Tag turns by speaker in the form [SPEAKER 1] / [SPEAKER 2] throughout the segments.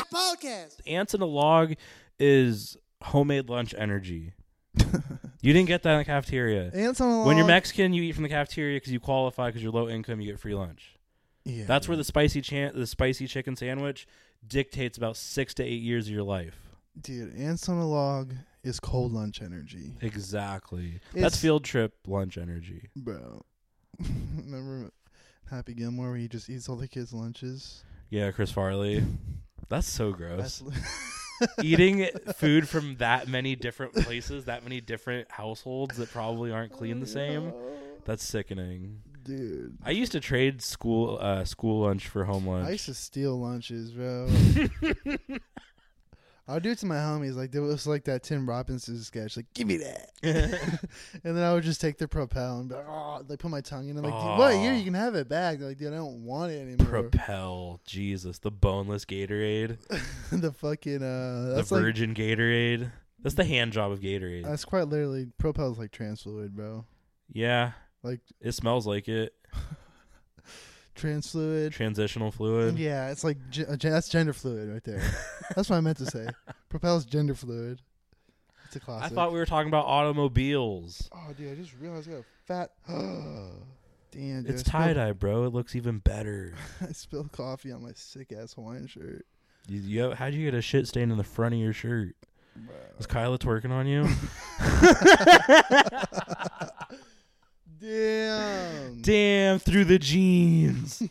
[SPEAKER 1] podcast.
[SPEAKER 2] Ants in a log is homemade lunch energy. you didn't get that in the cafeteria.
[SPEAKER 3] Ants on a log.
[SPEAKER 2] When you're Mexican, you eat from the cafeteria because you qualify because you're low income, you get free lunch.
[SPEAKER 3] Yeah,
[SPEAKER 2] That's where the spicy chan- the spicy chicken sandwich dictates about six to eight years of your life.
[SPEAKER 3] dude. Ants on a log is cold lunch energy,
[SPEAKER 2] Exactly. That's
[SPEAKER 3] It's-
[SPEAKER 2] field trip lunch energy.
[SPEAKER 3] bro. Remember Happy Gilmore where he just eats all the kids' lunches?
[SPEAKER 2] Yeah, Chris Farley. That's so
[SPEAKER 3] That's
[SPEAKER 2] gross.
[SPEAKER 3] li-
[SPEAKER 2] Eating food from that many different places, that many different households that probably aren't clean the same. That's sickening.
[SPEAKER 3] dude.
[SPEAKER 2] I used to trade school uh, school lunch for home lunch.
[SPEAKER 3] I used to steal lunches, bro. I would do it to my homies. Like there was like that Tim Robbins sketch, like give me that, and then I would just take their propel and be like, oh, like put my tongue in it, like dude, what? Here
[SPEAKER 2] Aw.
[SPEAKER 3] you can have it back. They're like dude, I don't want it anymore.
[SPEAKER 2] Propel, Jesus, the boneless Gatorade,
[SPEAKER 3] the fucking uh,
[SPEAKER 2] the
[SPEAKER 3] that's like
[SPEAKER 2] virgin Gatorade. That's the hand job of Gatorade.
[SPEAKER 3] that's quite literally propel's like trans fluid, bro.
[SPEAKER 2] yeah,
[SPEAKER 3] Like
[SPEAKER 2] it smells like it.
[SPEAKER 3] trans fluid.
[SPEAKER 2] Transitional fluid.
[SPEAKER 3] Yeah, it's like ge- uh, gen- that's gender fluid right there. that's what I meant to say. Propel's gender fluid. It's a
[SPEAKER 2] I
[SPEAKER 3] classic.
[SPEAKER 2] thought we were talking about automobiles.
[SPEAKER 3] Oh, dude, I just realized I got a fat. Damn, dude,
[SPEAKER 2] It's
[SPEAKER 3] I spilled-
[SPEAKER 2] tie dye, bro. It looks even better.
[SPEAKER 3] I spilled coffee on my sick ass Hawaiian shirt.
[SPEAKER 2] You, you, how'd you get a shit stain in the front of your shirt? Was Kyla twerking on you?
[SPEAKER 3] Damn.
[SPEAKER 2] Damn, through the jeans.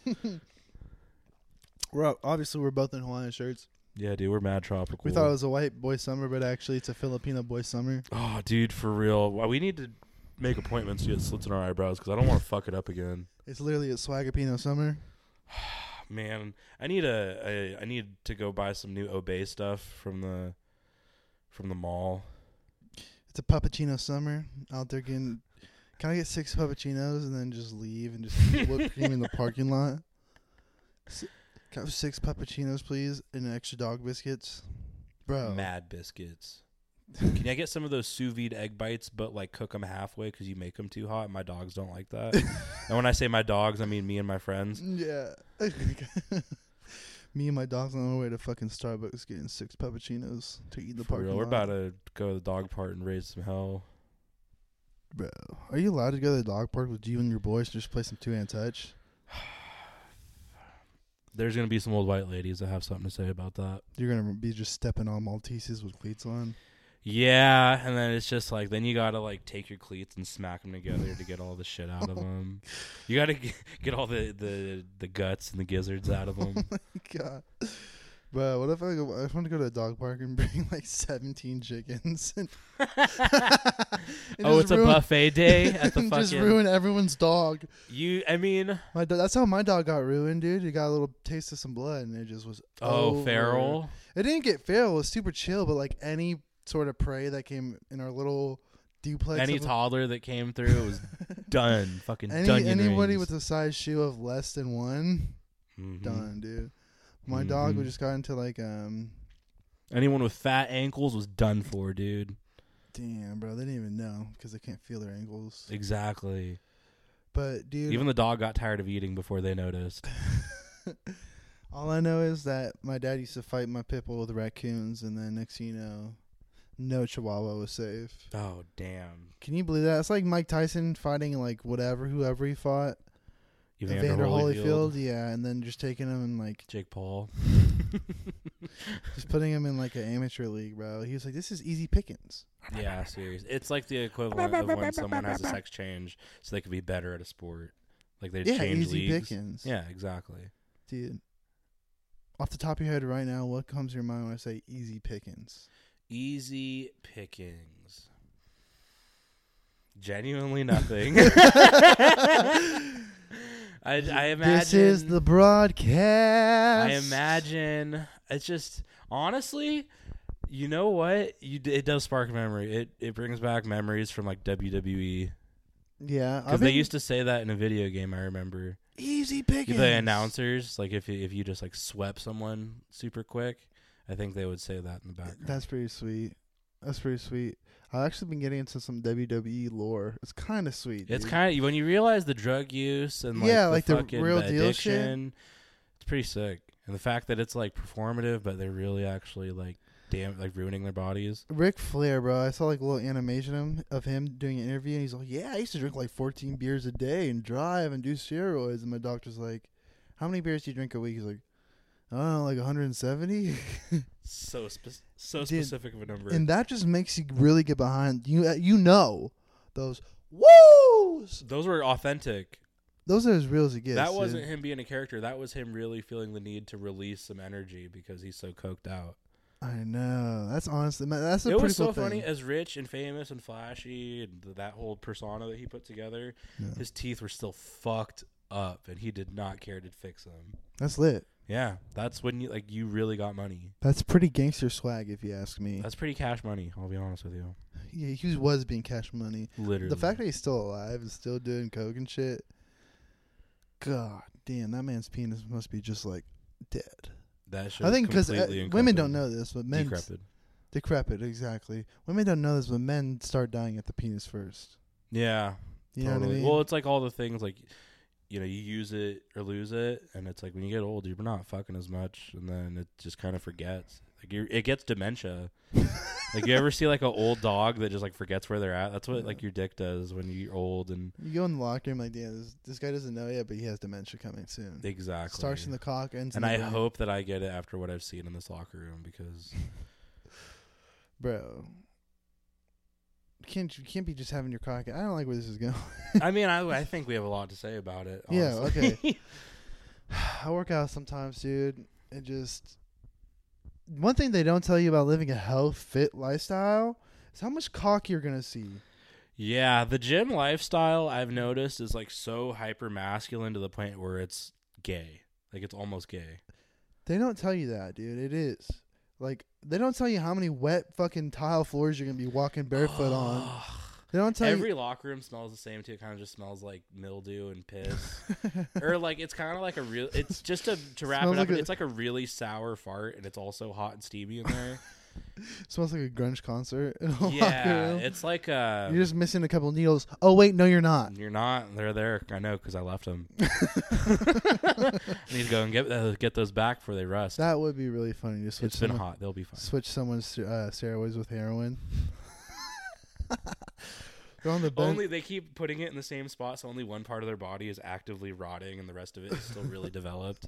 [SPEAKER 3] We're obviously we're both in Hawaiian shirts.
[SPEAKER 2] yeah, dude, we're mad tropical.
[SPEAKER 3] We thought it was a white boy summer, but actually it's a Filipino boy summer.
[SPEAKER 2] oh, dude, for real. Why we need to make appointments to get slits in our eyebrows because I don't want to fuck it up again.
[SPEAKER 3] It's literally a swagapino summer.
[SPEAKER 2] Man, I need a, a I need to go buy some new Obey stuff from the from the mall.
[SPEAKER 3] It's a puppuccino summer. Out there getting, can I get six puppuccinos and then just leave and just eat whipped cream in the parking lot? S- Can I have six puppuccinos, please, and extra dog biscuits, bro.
[SPEAKER 2] Mad biscuits. Can I get some of those sous vide egg bites, but like cook them halfway because you make them too hot? My dogs don't like that. and when I say my dogs, I mean me and my friends.
[SPEAKER 3] Yeah. Me and my dog's on our way to fucking Starbucks getting six puppuccinos to eat in the
[SPEAKER 2] For
[SPEAKER 3] parking
[SPEAKER 2] real, we're
[SPEAKER 3] lot.
[SPEAKER 2] about to go to the dog part and raise some hell.
[SPEAKER 3] Bro, are you allowed to go to the dog park with you and your boys and just play some two hand touch?
[SPEAKER 2] There's gonna be some old white ladies that have something to say about that.
[SPEAKER 3] You're gonna be just stepping on Malteses with cleats on.
[SPEAKER 2] Yeah, and then it's just like then you gotta like take your cleats and smack them together to get all the shit out of
[SPEAKER 3] Oh
[SPEAKER 2] them. You gotta g- get all the, the the guts and the gizzards out of them.
[SPEAKER 3] God. Bro, what if I go? I want to go to a dog park and bring like 17 chickens. And and
[SPEAKER 2] oh,
[SPEAKER 3] just
[SPEAKER 2] it's a
[SPEAKER 3] ruin-
[SPEAKER 2] buffet day at the
[SPEAKER 3] and Just
[SPEAKER 2] fucking.
[SPEAKER 3] ruin everyone's dog.
[SPEAKER 2] you, I mean,
[SPEAKER 3] My do- that's how my dog got ruined, dude. It got a little taste of some blood, and it just was.
[SPEAKER 2] oh,
[SPEAKER 3] over.
[SPEAKER 2] feral.
[SPEAKER 3] It didn't get feral. It was super chill, but like any sort of prey that came in our little duplex,
[SPEAKER 2] Any
[SPEAKER 3] of-
[SPEAKER 2] toddler that came through was done. Fucking
[SPEAKER 3] any
[SPEAKER 2] done.
[SPEAKER 3] anybody with a size shoe of less than one,
[SPEAKER 2] Mm-hmm.
[SPEAKER 3] done, dude. My dog
[SPEAKER 2] Mhm.
[SPEAKER 3] we just got into like um,
[SPEAKER 2] Anyone with fat ankles was done for, dude.
[SPEAKER 3] damn, bro, they didn't even know because they can't feel their ankles.
[SPEAKER 2] Exactly.
[SPEAKER 3] But dude, uh
[SPEAKER 2] Even the dog got tired of eating before they noticed.
[SPEAKER 3] all I know is that my dad used to fight my pit bull with raccoons, and then next thing you know, no chihuahua was safe.
[SPEAKER 2] Oh, damn.
[SPEAKER 3] Can you believe that? It's like Mike Tyson fighting like whatever, whoever he fought.
[SPEAKER 2] Evander,
[SPEAKER 3] Vander
[SPEAKER 2] Holyfield,
[SPEAKER 3] Holyfield, yeah, and then just taking him and like
[SPEAKER 2] Jake Paul.
[SPEAKER 3] just putting him in like an amateur league, bro. He was like, "This is easy pickings."
[SPEAKER 2] Yeah, serious. It's like the equivalent of when someone has a sex change so they could be better at a sport. Like they
[SPEAKER 3] yeah,
[SPEAKER 2] change
[SPEAKER 3] easy
[SPEAKER 2] leagues.
[SPEAKER 3] pickings.
[SPEAKER 2] Yeah, exactly.
[SPEAKER 3] dude. Off the top of your head, right now, what comes to your mind when I say easy pickings?
[SPEAKER 2] Easy pickings. Genuinely nothing. I, I imagine
[SPEAKER 3] this is the broadcast.
[SPEAKER 2] I imagine it's just honestly, you know what? You d- it does spark memory. It it brings back memories from like E. WWE
[SPEAKER 3] Yeah,
[SPEAKER 2] because they used to say that in a video game. I remember.
[SPEAKER 3] easy pickings.
[SPEAKER 2] the announcers like if you- if you just like swept someone super quick i think they would say that in the background
[SPEAKER 3] That's pretty sweet. That's pretty sweet. I've actually been getting into some WWE lore. It's kind of sweet.
[SPEAKER 2] it's
[SPEAKER 3] dude.
[SPEAKER 2] kind of when you realize the drug use and like
[SPEAKER 3] Yeah,
[SPEAKER 2] the
[SPEAKER 3] like the
[SPEAKER 2] fucking
[SPEAKER 3] real
[SPEAKER 2] the
[SPEAKER 3] deal shit.
[SPEAKER 2] addiction it's pretty sick and and the fact that it's like performative, but they're really actually like damn, like ruining their bodies.
[SPEAKER 3] Ric Flair, bro. I saw like a little animation of him, of him doing an interview, and he's like, "Yeah, I used to drink like 14 beers a day and drive and do steroids." And my doctor's like, "How many beers do you drink a week?" He's like, "I don't know, like 170."
[SPEAKER 2] So spe- so
[SPEAKER 3] Dude,
[SPEAKER 2] specific of a number.
[SPEAKER 3] and that just makes you really get behind you. uh, You know those woos.
[SPEAKER 2] Those were authentic.
[SPEAKER 3] Those are as real as it gets.
[SPEAKER 2] that
[SPEAKER 3] dude.
[SPEAKER 2] wasn't him being a character. That was him really feeling the need to release some energy because he's so coked out.
[SPEAKER 3] I know. That's honestly. man, That's a
[SPEAKER 2] it
[SPEAKER 3] pretty
[SPEAKER 2] was so
[SPEAKER 3] cool thing.
[SPEAKER 2] funny, as rich and famous and flashy, and th- that whole persona that he put together.
[SPEAKER 3] Yeah.
[SPEAKER 2] His teeth were still fucked up, and he did not care to fix them.
[SPEAKER 3] That's lit.
[SPEAKER 2] Yeah, that's when you like you really got money.
[SPEAKER 3] That's pretty gangster swag, if you ask me.
[SPEAKER 2] That's pretty cash money. I'll be honest with you.
[SPEAKER 3] yeah, he was being cash money.
[SPEAKER 2] Literally,
[SPEAKER 3] The fact that he's still alive and still doing coke and shit. God damn, that man's penis must be just like dead.
[SPEAKER 2] that shit
[SPEAKER 3] I think because
[SPEAKER 2] because
[SPEAKER 3] women don't know this, but men decrepit.
[SPEAKER 2] Decrepit.
[SPEAKER 3] exactly. Women don't know this, but men start dying at the penis first.
[SPEAKER 2] Yeah,
[SPEAKER 3] You know what I
[SPEAKER 2] totally.
[SPEAKER 3] mean?
[SPEAKER 2] Well, it's like all the things like you know you use it or lose it, and it's like when you get old, you're not fucking as much, and then it just kind of forgets. Like you, it gets dementia. like you ever see like an old dog that just like forgets where they're at? That's what
[SPEAKER 3] Yeah.
[SPEAKER 2] like your dick does when you're old and
[SPEAKER 3] you go in the locker room like, yeah, this, this guy doesn't know yet, but he has dementia coming soon.
[SPEAKER 2] exactly
[SPEAKER 3] Starts in the cock, ends
[SPEAKER 2] and
[SPEAKER 3] in
[SPEAKER 2] I
[SPEAKER 3] the brain.
[SPEAKER 2] hope that I get it after what I've seen in this locker room because
[SPEAKER 3] bro. You Can't you can't be just having your cock? I don't like where this is going.
[SPEAKER 2] I mean I I think we have a lot to say about it.
[SPEAKER 3] Yeah,
[SPEAKER 2] honestly.
[SPEAKER 3] I work out sometimes, dude. It just one thing they don't tell you about living a health fit lifestyle is how much cock you're gonna see.
[SPEAKER 2] Yeah, the gym lifestyle I've noticed is like so hyper masculine to the point where it's gay. Like it's almost gay.
[SPEAKER 3] They don't tell you that, dude. It is like they don't tell you how many wet fucking tile floors you're gonna be walking barefoot on.
[SPEAKER 2] Ugh.
[SPEAKER 3] They don't tell
[SPEAKER 2] Every locker room smells the same too. It kind of just smells like mildew and piss,
[SPEAKER 3] you.
[SPEAKER 2] or like it's kind of like a real. It's just to to wrap
[SPEAKER 3] Smells
[SPEAKER 2] it up.
[SPEAKER 3] like a-
[SPEAKER 2] it's like a really sour fart, and it's also hot and steamy in there.
[SPEAKER 3] smells like a grunge concert. In a
[SPEAKER 2] yeah,
[SPEAKER 3] locker room.
[SPEAKER 2] it's like uh,
[SPEAKER 3] you're just missing a couple needles. Oh wait, no, you're not.
[SPEAKER 2] You're not. They're there. I know because I left them. I need to go and get those, get those back before they rust.
[SPEAKER 3] That would be really funny to switch.
[SPEAKER 2] it's been
[SPEAKER 3] someone-
[SPEAKER 2] hot. They'll be fine.
[SPEAKER 3] Switch someone's uh, steroids with heroin. They're on the bench.
[SPEAKER 2] Only they keep putting it in the same spot, so only one part of their body is actively rotting, and the rest of it is still really developed.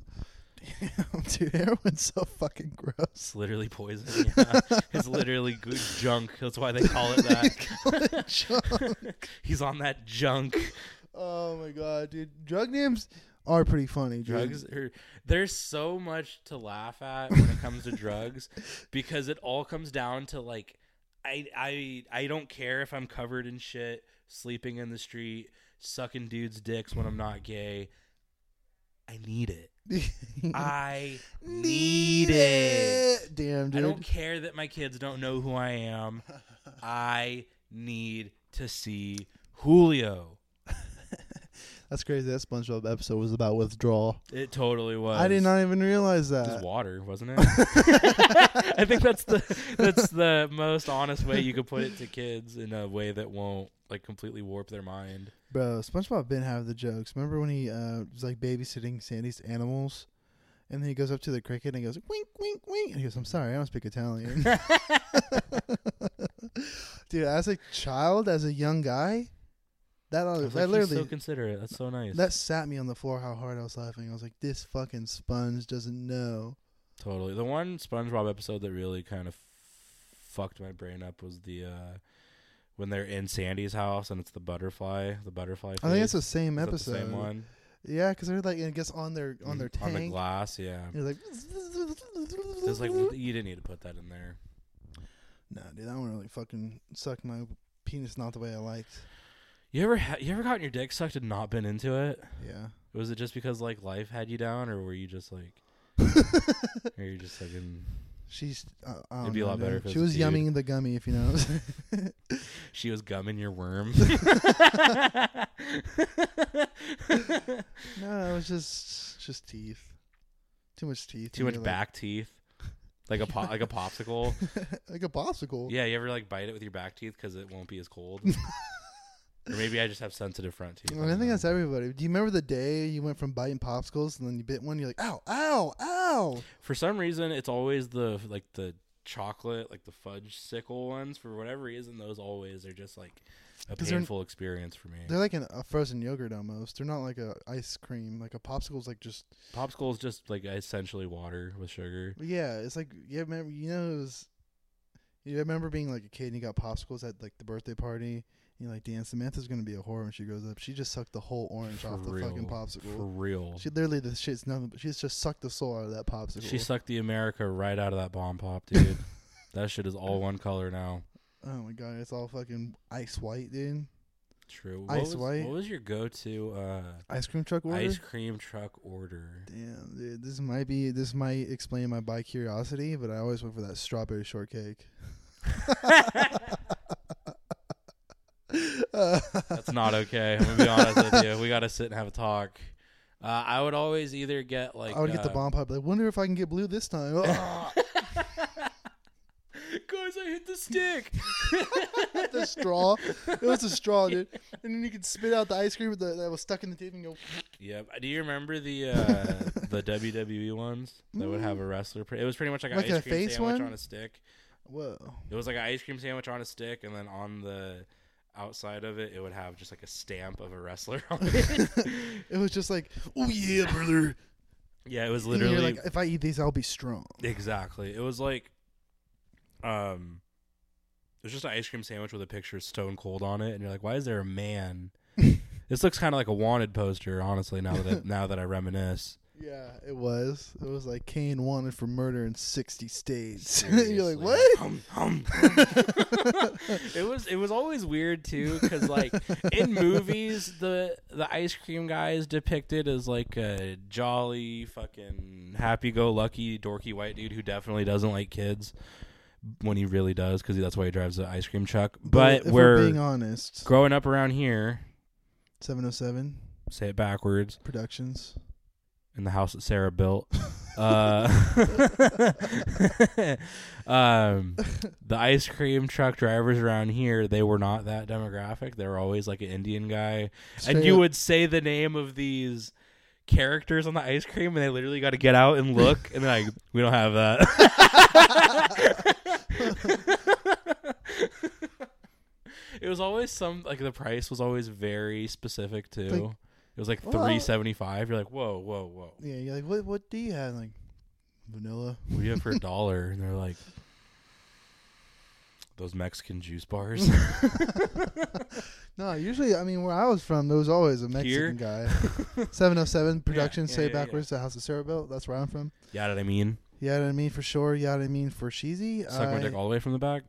[SPEAKER 3] Damn, dude, heroin's so fucking gross.
[SPEAKER 2] It's literally poison. Yeah. it's literally good junk. That's why they call it that. He's on that junk.
[SPEAKER 3] oh my god, dude, drug names are pretty funny. dude.
[SPEAKER 2] Drugs. Are, there's so much to laugh at when it comes to drugs, because it all comes down to like, I I I don't care if I'm covered in shit, sleeping in the street, sucking dudes' dicks when I'm not gay. I need it. I need it.
[SPEAKER 3] Damn,
[SPEAKER 2] I
[SPEAKER 3] dude.
[SPEAKER 2] don't care that my kids don't know who I am. I need to see Julio.
[SPEAKER 3] That's crazy. That SpongeBob episode was about withdrawal.
[SPEAKER 2] It totally was.
[SPEAKER 3] I did not even realize
[SPEAKER 2] It was
[SPEAKER 3] that.
[SPEAKER 2] water, wasn't it? I think that's the that's the most honest way you could put it to kids in a way that won't like completely warp their mind.
[SPEAKER 3] Bro, SpongeBob been having the jokes. Remember when he uh, was like babysitting Sandy's animals, and then he goes up to the cricket and he goes wink, wink, wink, and he goes, "I'm sorry, I don't speak Italian." Dude, as a child, as a young guy, that
[SPEAKER 2] I
[SPEAKER 3] that
[SPEAKER 2] was like, he's
[SPEAKER 3] literally
[SPEAKER 2] so considerate. That's so nice.
[SPEAKER 3] that sat me on the floor. How hard I was laughing. I was like, "This fucking sponge doesn't know."
[SPEAKER 2] Totally. The one SpongeBob episode that really kind of fucked my brain up was the uh when they're in Sandy's house and it's the butterfly, the butterfly.
[SPEAKER 3] I think
[SPEAKER 2] face.
[SPEAKER 3] it's the same
[SPEAKER 2] Is that
[SPEAKER 3] episode.
[SPEAKER 2] The same one
[SPEAKER 3] Yeah, because they're like, I guess on their on their
[SPEAKER 2] Mhm.
[SPEAKER 3] tank.
[SPEAKER 2] on the glass. Yeah,
[SPEAKER 3] You're like,
[SPEAKER 2] it's like w- you didn't need to put that in there.
[SPEAKER 3] Nah, dude, that one really fucking sucked my penis not the way I liked.
[SPEAKER 2] You ever ha- you ever gotten your dick sucked and not been into it?
[SPEAKER 3] Yeah.
[SPEAKER 2] Was it just because like life had you down, or were you just like, or you just fucking?
[SPEAKER 3] She's. Uh, I
[SPEAKER 2] It'd
[SPEAKER 3] don't
[SPEAKER 2] be a
[SPEAKER 3] know,
[SPEAKER 2] lot better
[SPEAKER 3] dude.
[SPEAKER 2] if it
[SPEAKER 3] She
[SPEAKER 2] was
[SPEAKER 3] was
[SPEAKER 2] a dude.
[SPEAKER 3] yumming the gummy, if you know.
[SPEAKER 2] She was gumming your worm.
[SPEAKER 3] no, it was just just teeth. Too much teeth.
[SPEAKER 2] Too
[SPEAKER 3] and
[SPEAKER 2] much
[SPEAKER 3] you're like-
[SPEAKER 2] back teeth, like a po- like a popsicle.
[SPEAKER 3] like a popsicle.
[SPEAKER 2] Yeah, you ever like bite it with your back teeth because it won't be as cold? or maybe I just have sensitive front teeth.
[SPEAKER 3] I, mean, I
[SPEAKER 2] don't
[SPEAKER 3] think
[SPEAKER 2] know.
[SPEAKER 3] that's everybody. Do you remember the day you went from biting popsicles and then you bit one? You're like, ow, ow, ow! hell?
[SPEAKER 2] For some reason, it's always the like the chocolate, like the fudge sickle ones. For whatever reason, those always are just like a
[SPEAKER 3] 'Cause they're-
[SPEAKER 2] painful experience for me.
[SPEAKER 3] They're like an, a frozen yogurt almost. They're not like a ice cream. Like a popsicle's like just
[SPEAKER 2] Popsicles just like essentially water with sugar.
[SPEAKER 3] yeah. It's like yeah. Remember you know it was, you remember being like a kid and you got popsicles at like the birthday party. And you're like, damn, Samantha's gonna be a whore when she grows up. She just sucked the whole orange
[SPEAKER 2] For
[SPEAKER 3] off the fucking
[SPEAKER 2] real. For
[SPEAKER 3] popsicle.
[SPEAKER 2] real,
[SPEAKER 3] She literally the shit's nothing. But she's just sucked the soul out of that popsicle.
[SPEAKER 2] she sucked the America right out of that bomb pop, dude. that shit is all one color now.
[SPEAKER 3] Oh my god, it's all fucking ice white, dude.
[SPEAKER 2] True. What
[SPEAKER 3] Ice
[SPEAKER 2] was,
[SPEAKER 3] White.
[SPEAKER 2] What was your go-to uh,
[SPEAKER 3] Ice cream truck order.
[SPEAKER 2] ice cream truck order?
[SPEAKER 3] Damn, dude, this might be this might explain my bi curiosity, but I always went for that strawberry shortcake.
[SPEAKER 2] That's not okay. I'm gonna be honest with you. We gotta sit and have a talk. Uh, I would always either get like
[SPEAKER 3] I would get the
[SPEAKER 2] uh,
[SPEAKER 3] bomb pop. Like, wonder if I can get blue this time. Ah,
[SPEAKER 2] Guys, I hit the stick.
[SPEAKER 3] the straw. It was a straw, dude. And then you could spit out the ice cream with the, that was stuck in the tape and go.
[SPEAKER 2] yep. Do you remember the uh, the WWE ones that would have a wrestler? Pre- it was pretty much like an
[SPEAKER 3] Like
[SPEAKER 2] ice
[SPEAKER 3] a
[SPEAKER 2] cream
[SPEAKER 3] face
[SPEAKER 2] sandwich
[SPEAKER 3] one?
[SPEAKER 2] on a stick.
[SPEAKER 3] Whoa.
[SPEAKER 2] It was like an ice cream sandwich on a stick, and then on the outside of it, it would have just like a stamp of a wrestler on it.
[SPEAKER 3] It was just like, oh yeah, brother.
[SPEAKER 2] yeah, it was
[SPEAKER 3] And you're
[SPEAKER 2] literally
[SPEAKER 3] like, if I eat these, I'll be strong.
[SPEAKER 2] Exactly. It was like, um, it was just an ice cream sandwich with a picture of Stone Cold on it, and you're like, why is there a man? this looks kind of like a wanted poster, honestly. Now that I, now that I reminisce,
[SPEAKER 3] Yeah, it was. It was like Kane wanted for murder in sixty states. you're like, what?
[SPEAKER 2] Hum, hum. it was it was always weird too, because like in movies, the the ice cream guy is depicted as like a jolly, fucking happy-go-lucky, dorky white dude who definitely doesn't like kids when he really does, because that's why he drives the ice cream truck. But
[SPEAKER 3] if
[SPEAKER 2] we're,
[SPEAKER 3] being honest.
[SPEAKER 2] growing up around here.
[SPEAKER 3] Seven oh seven
[SPEAKER 2] Say it backwards.
[SPEAKER 3] Productions.
[SPEAKER 2] In the house that Sarah built. uh, um, the ice cream truck drivers around here, they were not that demographic. They were always like an Indian guy. and
[SPEAKER 3] Straight
[SPEAKER 2] you
[SPEAKER 3] up-
[SPEAKER 2] would say the name of these characters on the ice cream, and they literally got to get out and look, and they're like, we don't have that. it was always some, like, the price was always very specific, too.
[SPEAKER 3] Like,
[SPEAKER 2] it was like
[SPEAKER 3] well-
[SPEAKER 2] 375 You're like, whoa, whoa, whoa.
[SPEAKER 3] Yeah, you're like, what? What do you have? Like vanilla.
[SPEAKER 2] we have for a dollar and they're like those mexican juice bars
[SPEAKER 3] No, usually, I mean, where I was from, there was always a Mexican guy. Seven oh seven Productions.
[SPEAKER 2] yeah,
[SPEAKER 3] say it
[SPEAKER 2] yeah, yeah.
[SPEAKER 3] backwards. The House of Cerebell. That's where I'm from.
[SPEAKER 2] yeah what i mean
[SPEAKER 3] Yeah, I mean for sure. Yeah, I mean for cheesy.
[SPEAKER 2] suck my
[SPEAKER 3] I-
[SPEAKER 2] dick all the way from the back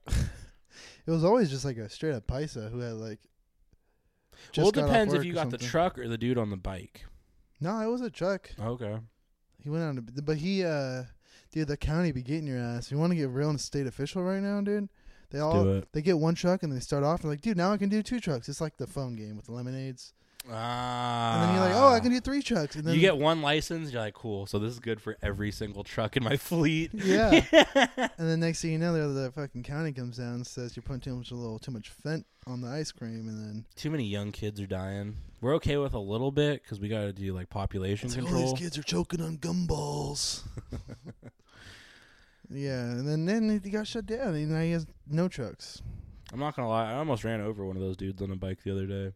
[SPEAKER 3] It was always just like a straight up paisa who had like.
[SPEAKER 2] well it
[SPEAKER 3] got off
[SPEAKER 2] depends if
[SPEAKER 3] work
[SPEAKER 2] you
[SPEAKER 3] or
[SPEAKER 2] got the
[SPEAKER 3] something.
[SPEAKER 2] truck or the dude on the bike
[SPEAKER 3] No, it was a truck.
[SPEAKER 2] okay
[SPEAKER 3] He went on, to, but he, uh dude, the county be getting your ass. You want to get real and state official right now, dude? They all
[SPEAKER 2] do it
[SPEAKER 3] they get one truck and they start off and like, dude, now I can do two trucks. It's like the phone game with the lemonades.
[SPEAKER 2] ah
[SPEAKER 3] And then you're like, oh, I can do three trucks. And then
[SPEAKER 2] you get one license you're like cool so this is good for every single truck in my fleet
[SPEAKER 3] yeah. and then next thing you know, the other fucking county comes down and says you're putting too much a little too much fent on the ice cream, and then
[SPEAKER 2] too many young kids are dying we're okay with a little bit because we got to do like population
[SPEAKER 3] it's like all
[SPEAKER 2] control
[SPEAKER 3] these kids are choking on gumballs. yeah, and then then he got shut down, and now he has no trucks.
[SPEAKER 2] i'm not gonna lie i almost ran over one of those dudes on a bike the other day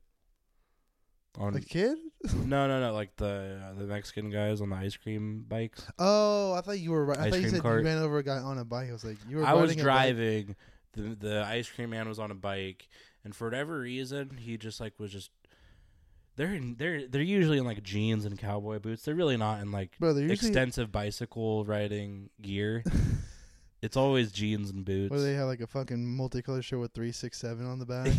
[SPEAKER 2] on
[SPEAKER 3] The kid?
[SPEAKER 2] No, no, no. Like the uh, the Mexican guys on the ice cream bikes.
[SPEAKER 3] Oh, I thought you were right. I
[SPEAKER 2] Ice
[SPEAKER 3] thought you
[SPEAKER 2] cream
[SPEAKER 3] said
[SPEAKER 2] cart.
[SPEAKER 3] you ran over a guy on a bike. I was like, you were.
[SPEAKER 2] I was
[SPEAKER 3] riding a bike.
[SPEAKER 2] driving. The the ice cream man was on a bike, and for whatever reason, he just like was just. They're in, they're they're usually in like jeans and cowboy boots. They're really not in like
[SPEAKER 3] Brother, usually
[SPEAKER 2] extensive bicycle riding gear. it's always jeans and boots.
[SPEAKER 3] where they have like a fucking multicolored shirt with three six seven on the back.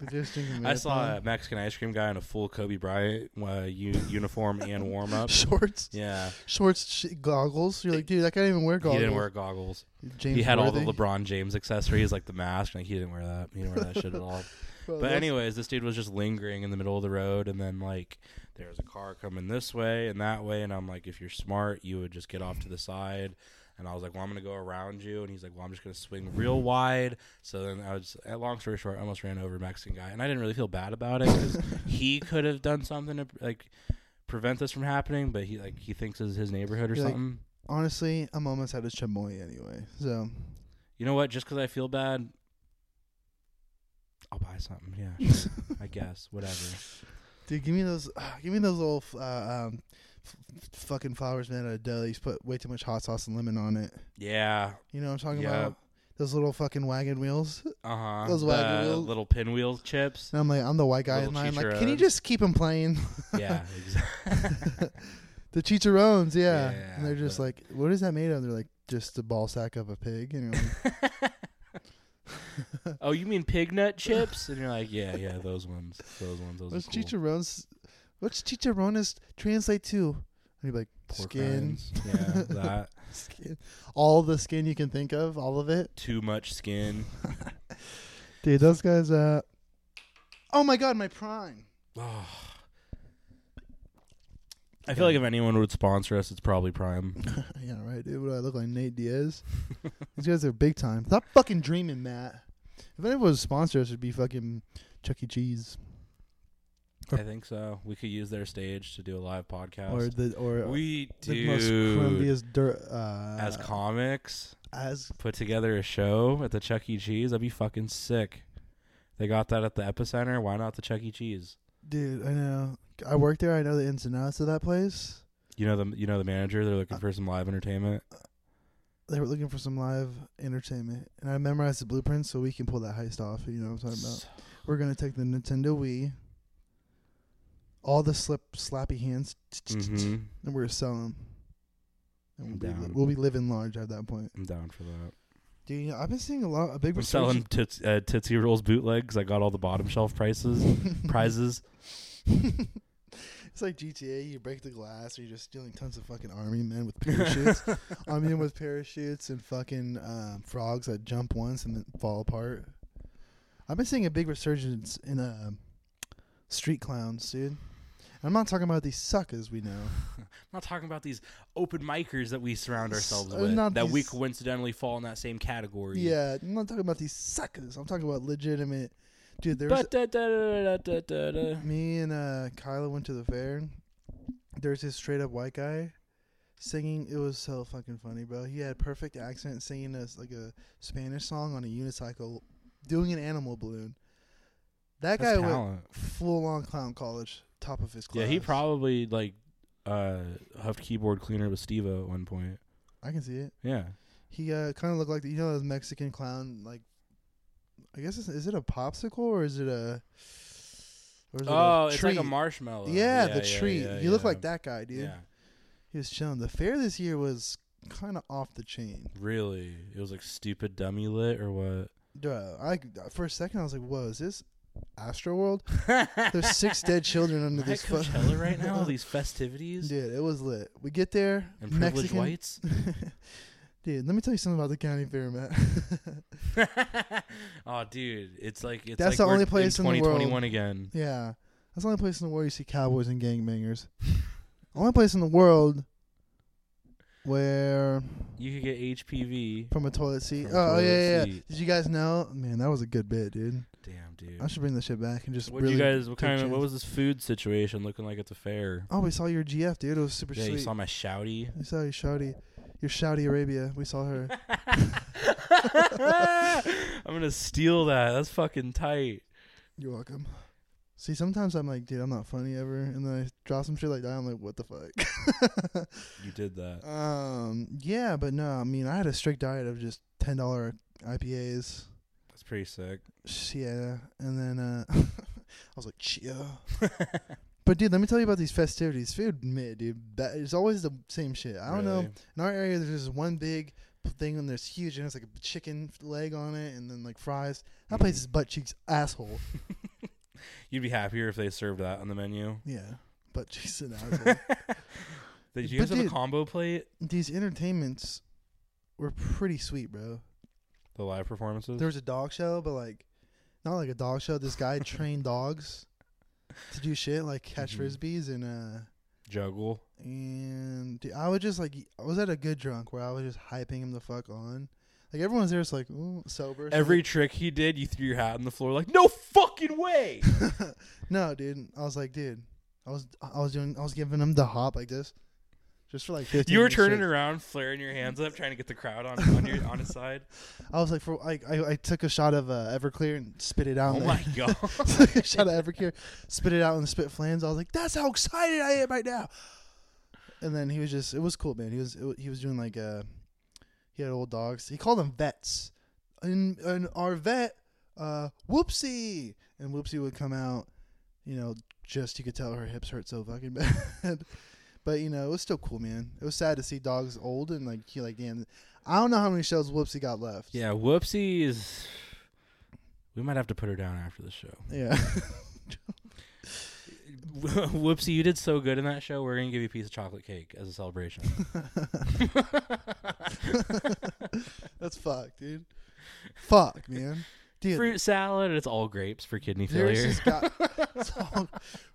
[SPEAKER 3] They're just drinking
[SPEAKER 2] I saw a
[SPEAKER 3] marathon.
[SPEAKER 2] Mexican ice cream guy in a full Kobe Bryant uh, u- uniform and warm up.
[SPEAKER 3] shorts,
[SPEAKER 2] Yeah,
[SPEAKER 3] shorts, sh- goggles. You're like, dude, I can't even wear goggles.
[SPEAKER 2] he didn't wear goggles.
[SPEAKER 3] James
[SPEAKER 2] he had all the
[SPEAKER 3] Worthy.
[SPEAKER 2] LeBron James accessories, like the mask. Like he didn't wear that. He didn't wear that shit at all.
[SPEAKER 3] Bro,
[SPEAKER 2] But
[SPEAKER 3] that's-
[SPEAKER 2] anyways, this dude was just lingering in the middle of the road, and then like there was a car coming this way and that way, and I'm like, if you're smart, you would just get off to the side. And I was like, well, I'm gonna go around you, and he's like, well, I'm just gonna swing real wide. So then I was, eh, long story short, I almost ran over a Mexican guy, and I didn't really feel bad about it because he could have done something to like prevent this from happening, but he like he thinks is his neighborhood or
[SPEAKER 3] You're like-
[SPEAKER 2] something.
[SPEAKER 3] Honestly, I'm almost out of chamoy anyway. So
[SPEAKER 2] you know what? Just because I feel bad, I'll buy something. Yeah, sure. I guess whatever.
[SPEAKER 3] Dude, give me those, give me those little uh, um, f- f- fucking flowers made out of dough. that You just put way too much hot sauce and lemon on it.
[SPEAKER 2] Yeah.
[SPEAKER 3] You know what I'm talking
[SPEAKER 2] Yep.
[SPEAKER 3] about? Those little fucking wagon wheels.
[SPEAKER 2] Uh huh.
[SPEAKER 3] Those wagon wheels.
[SPEAKER 2] little pinwheel chips.
[SPEAKER 3] And I'm like, I'm the white guy in
[SPEAKER 2] Little
[SPEAKER 3] line. Like, can you
[SPEAKER 2] chicharrones.
[SPEAKER 3] just keep them playing?
[SPEAKER 2] yeah. Exactly.
[SPEAKER 3] the chicharrones, yeah.
[SPEAKER 2] Yeah,
[SPEAKER 3] and they're just
[SPEAKER 2] but-
[SPEAKER 3] like, what is that made of? They're like, just the ball sack of a pig. And you're like,
[SPEAKER 2] oh, you mean pig nut chips? And you're like, yeah, yeah, those ones, those ones, those
[SPEAKER 3] what's
[SPEAKER 2] are cool.
[SPEAKER 3] chicharrones? What's chicharrones translate to? And you're like,
[SPEAKER 2] Pork
[SPEAKER 3] skin,
[SPEAKER 2] rinds. Yeah, that
[SPEAKER 3] skin, all the skin you can think of, all of it.
[SPEAKER 2] too much skin.
[SPEAKER 3] Dude, those guys. Uh, oh my god, my prime.
[SPEAKER 2] Oh. I feel like if anyone would sponsor us, it's probably Prime.
[SPEAKER 3] yeah, right, dude. What do I look like, Nate Diaz? These guys are big time. Stop fucking dreaming, Matt. If anyone was sponsor us, it'd be fucking Chuck E. Cheese
[SPEAKER 2] I think so. We could use their stage to do a live podcast.
[SPEAKER 3] or the or
[SPEAKER 2] we
[SPEAKER 3] the
[SPEAKER 2] do
[SPEAKER 3] most crumbiest dirt. Uh,
[SPEAKER 2] as comics
[SPEAKER 3] as
[SPEAKER 2] put together a show at the Chuck E. Cheese. That'd be fucking sick. They got that at the Epicenter. Why not the Chuck E. Cheese?
[SPEAKER 3] dude, I know. I worked there. I know the ins and outs of that place.
[SPEAKER 2] You know the you know the manager. They're
[SPEAKER 3] Uh,
[SPEAKER 2] looking for some live entertainment.
[SPEAKER 3] They were looking for some live entertainment, and I memorized the blueprint so we can pull that heist off. You know what I'm talking about? We're gonna take the Nintendo Wii, all the slip slappy hands,
[SPEAKER 2] hmm
[SPEAKER 3] and we're gonna sell them.
[SPEAKER 2] I'm
[SPEAKER 3] And we'll be,
[SPEAKER 2] down.
[SPEAKER 3] we'll be living large at that point.
[SPEAKER 2] I'm down for that.
[SPEAKER 3] Dude, you know, I've been seeing a lot. A big
[SPEAKER 2] I'm selling tits, uh, Tootsie Rolls bootlegs. I got all the bottom shelf prices prizes.
[SPEAKER 3] it's like GTA. You break the glass, or you're just stealing tons of fucking army men with parachutes. army men with parachutes and fucking um, frogs that jump once and then fall apart. I've been seeing a big resurgence in uh, street clowns, dude. I'm not talking about these suckers we know.
[SPEAKER 2] I'm not talking about these open micers that we surround
[SPEAKER 3] S-
[SPEAKER 2] ourselves
[SPEAKER 3] uh,
[SPEAKER 2] with
[SPEAKER 3] not
[SPEAKER 2] that we
[SPEAKER 3] these-
[SPEAKER 2] coincidentally fall in that same category.
[SPEAKER 3] Yeah, I'm not talking about these suckers. I'm talking about legitimate, dude. There's
[SPEAKER 2] But da, da, da, da, da, da.
[SPEAKER 3] Me and uh, Kyla went to the fair. There's this straight up white guy singing. It was so fucking funny, bro. He had perfect accent singing us like a Spanish song on a unicycle, doing an animal balloon. That
[SPEAKER 2] That's
[SPEAKER 3] guy went
[SPEAKER 2] talent.
[SPEAKER 3] full on clown college, top of his class.
[SPEAKER 2] Yeah, he probably like uh huffed keyboard cleaner with Steve at one point.
[SPEAKER 3] I can see it.
[SPEAKER 2] Yeah.
[SPEAKER 3] He uh, kind of looked like the, you know those Mexican clown like. I guess it's, is it a popsicle or is it a? Or is it
[SPEAKER 2] Oh, it's like a
[SPEAKER 3] treat?
[SPEAKER 2] marshmallow.
[SPEAKER 3] Yeah, the treat.
[SPEAKER 2] yeah,
[SPEAKER 3] you look
[SPEAKER 2] yeah.
[SPEAKER 3] like that guy, dude.
[SPEAKER 2] Yeah.
[SPEAKER 3] He was chilling. The fair this year was kind of off the chain,
[SPEAKER 2] Really? It was like stupid dummy lit or what?
[SPEAKER 3] bro. I for a second I was like, "Whoa, is this Astro World?" There's six dead children under
[SPEAKER 2] Am I at
[SPEAKER 3] this fu-
[SPEAKER 2] Coachella right now. All these festivities
[SPEAKER 3] dude, it was lit. We get there,
[SPEAKER 2] and privileged
[SPEAKER 3] Mexican.
[SPEAKER 2] whites.
[SPEAKER 3] dude, let me tell you something about the county fair, Matt.
[SPEAKER 2] oh, dude, it's like it's
[SPEAKER 3] That's
[SPEAKER 2] like
[SPEAKER 3] the
[SPEAKER 2] we're
[SPEAKER 3] only place
[SPEAKER 2] in
[SPEAKER 3] in the world.
[SPEAKER 2] 2021 again.
[SPEAKER 3] yeah, that's the only place in the world you see cowboys and gangbangers. only place in the world where
[SPEAKER 2] You could get HPV.
[SPEAKER 3] from a toilet seat.
[SPEAKER 2] From a
[SPEAKER 3] Oh
[SPEAKER 2] toilet
[SPEAKER 3] yeah, yeah, yeah.
[SPEAKER 2] seat.
[SPEAKER 3] Did you guys know? Man, that was a good bit, dude.
[SPEAKER 2] Damn, dude.
[SPEAKER 3] I should bring this shit back and just
[SPEAKER 2] What
[SPEAKER 3] really
[SPEAKER 2] you guys? What
[SPEAKER 3] take
[SPEAKER 2] kind of? What
[SPEAKER 3] chances.
[SPEAKER 2] was this food situation looking like at the fair?
[SPEAKER 3] Oh, we saw your GF, dude. It was super
[SPEAKER 2] Yeah,
[SPEAKER 3] sweet.
[SPEAKER 2] you saw my shouty.
[SPEAKER 3] we saw your shouty, your shouty Arabia. We saw her.
[SPEAKER 2] I'm gonna steal that. That's fucking tight.
[SPEAKER 3] You're welcome. See, sometimes I'm like, dude, I'm not funny ever, and then I drop some shit like that. I'm like, what the fuck?
[SPEAKER 2] You did that.
[SPEAKER 3] um, yeah, but no, I mean, I had a strict diet of just ten dollar IPAs.
[SPEAKER 2] That's pretty sick.
[SPEAKER 3] Yeah, and then uh, I was like, chia. But dude, let me tell you about these festivities. Food, mid, dude, that is always the same shit. I don't know.
[SPEAKER 2] Really.
[SPEAKER 3] In our area, there's this one big p- thing and there's huge and it's like a chicken leg on it and then like fries. That place is butt cheeks asshole.
[SPEAKER 2] You'd be happier if they served that on the menu.
[SPEAKER 3] Yeah, butt cheeks an asshole.
[SPEAKER 2] Did you
[SPEAKER 3] But
[SPEAKER 2] guys have a
[SPEAKER 3] dude-
[SPEAKER 2] combo plate?
[SPEAKER 3] These entertainments were pretty sweet, bro.
[SPEAKER 2] The live performances.
[SPEAKER 3] There was a dog show, but like not like a dog show. This guy trained dogs to do shit like catch
[SPEAKER 2] Mhm.
[SPEAKER 3] frisbees and uh
[SPEAKER 2] Juggle.
[SPEAKER 3] and dude, I was just like I was at a good drunk where I was just hyping him the fuck on. Like everyone's there, just like ooh, sober. so
[SPEAKER 2] Every trick he did, you threw your hat on the floor like, no fucking way.
[SPEAKER 3] no, dude. I was like, dude, I was I was doing I was giving him the hop like this, just for like 15
[SPEAKER 2] You were
[SPEAKER 3] minutes
[SPEAKER 2] turning
[SPEAKER 3] straight.
[SPEAKER 2] around, flaring your hands up, trying to get the crowd on on your on his side.
[SPEAKER 3] I was like for like I, I took a shot of uh, Everclear and spit it out.
[SPEAKER 2] Oh
[SPEAKER 3] and
[SPEAKER 2] my god!
[SPEAKER 3] Took a shot of Everclear, spit it out and spit flames. I was like, that's how excited I am right now. And then he was just it was cool, man. He was it, wa- he was doing like uh he had old dogs. He called them vets. And and our vet uh whoopsie and whoopsie would come out, you know, just you could tell her hips hurt so fucking bad. But you know, it was still cool, man. It was sad to see dogs old and like he like damn. I don't know how many shows Whoopsie got left.
[SPEAKER 2] Yeah, whoopsie is. We might have to put her down after the show.
[SPEAKER 3] Yeah.
[SPEAKER 2] whoopsie, you did so good in that show. We're gonna give you a piece of chocolate cake as a celebration.
[SPEAKER 3] That's fuck, dude. Fuck, man. Dude,
[SPEAKER 2] Fruit salad. It's all grapes for kidney
[SPEAKER 3] there's
[SPEAKER 2] failure.
[SPEAKER 3] this guy- it's all-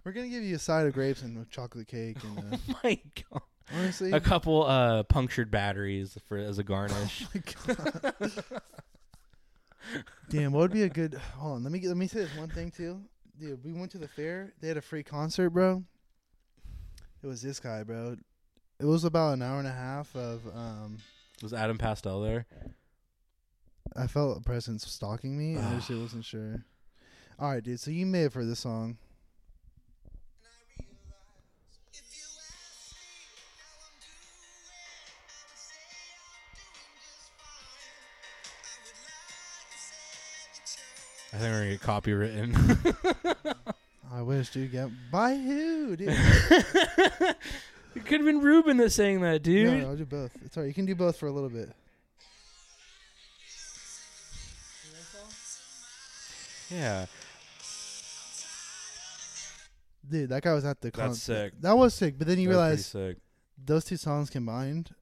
[SPEAKER 3] we're gonna give you a side of grapes and a chocolate cake, and uh,
[SPEAKER 2] my god.
[SPEAKER 3] honestly,
[SPEAKER 2] A couple uh, punctured batteries for as a garnish.
[SPEAKER 3] damn, what would be a good? Hold on, let me get- let me say this one thing too, dude. We went to the fair. They had a free concert, bro. It was this guy, bro. It was about an hour and a half of. um
[SPEAKER 2] Was Adam Pastel there?
[SPEAKER 3] I felt a presence stalking me, and I just wasn't sure. All right, dude. So you may have heard this song.
[SPEAKER 1] If you ask me how I'm doing, I would say I'm doing just fine. I would lie to say that you're
[SPEAKER 2] I think we're gonna get copywritten.
[SPEAKER 3] I wish, dude. Get by who, dude?
[SPEAKER 2] it could have been Ruben that's saying that, dude.
[SPEAKER 3] No, no, I'll do both. It's alright. You can do both for a little bit.
[SPEAKER 2] Yeah.
[SPEAKER 3] Dude, that guy was at the concert.
[SPEAKER 2] That's sick.
[SPEAKER 3] That was sick. But then you
[SPEAKER 2] That was
[SPEAKER 3] realize
[SPEAKER 2] pretty sick.
[SPEAKER 3] those two songs combined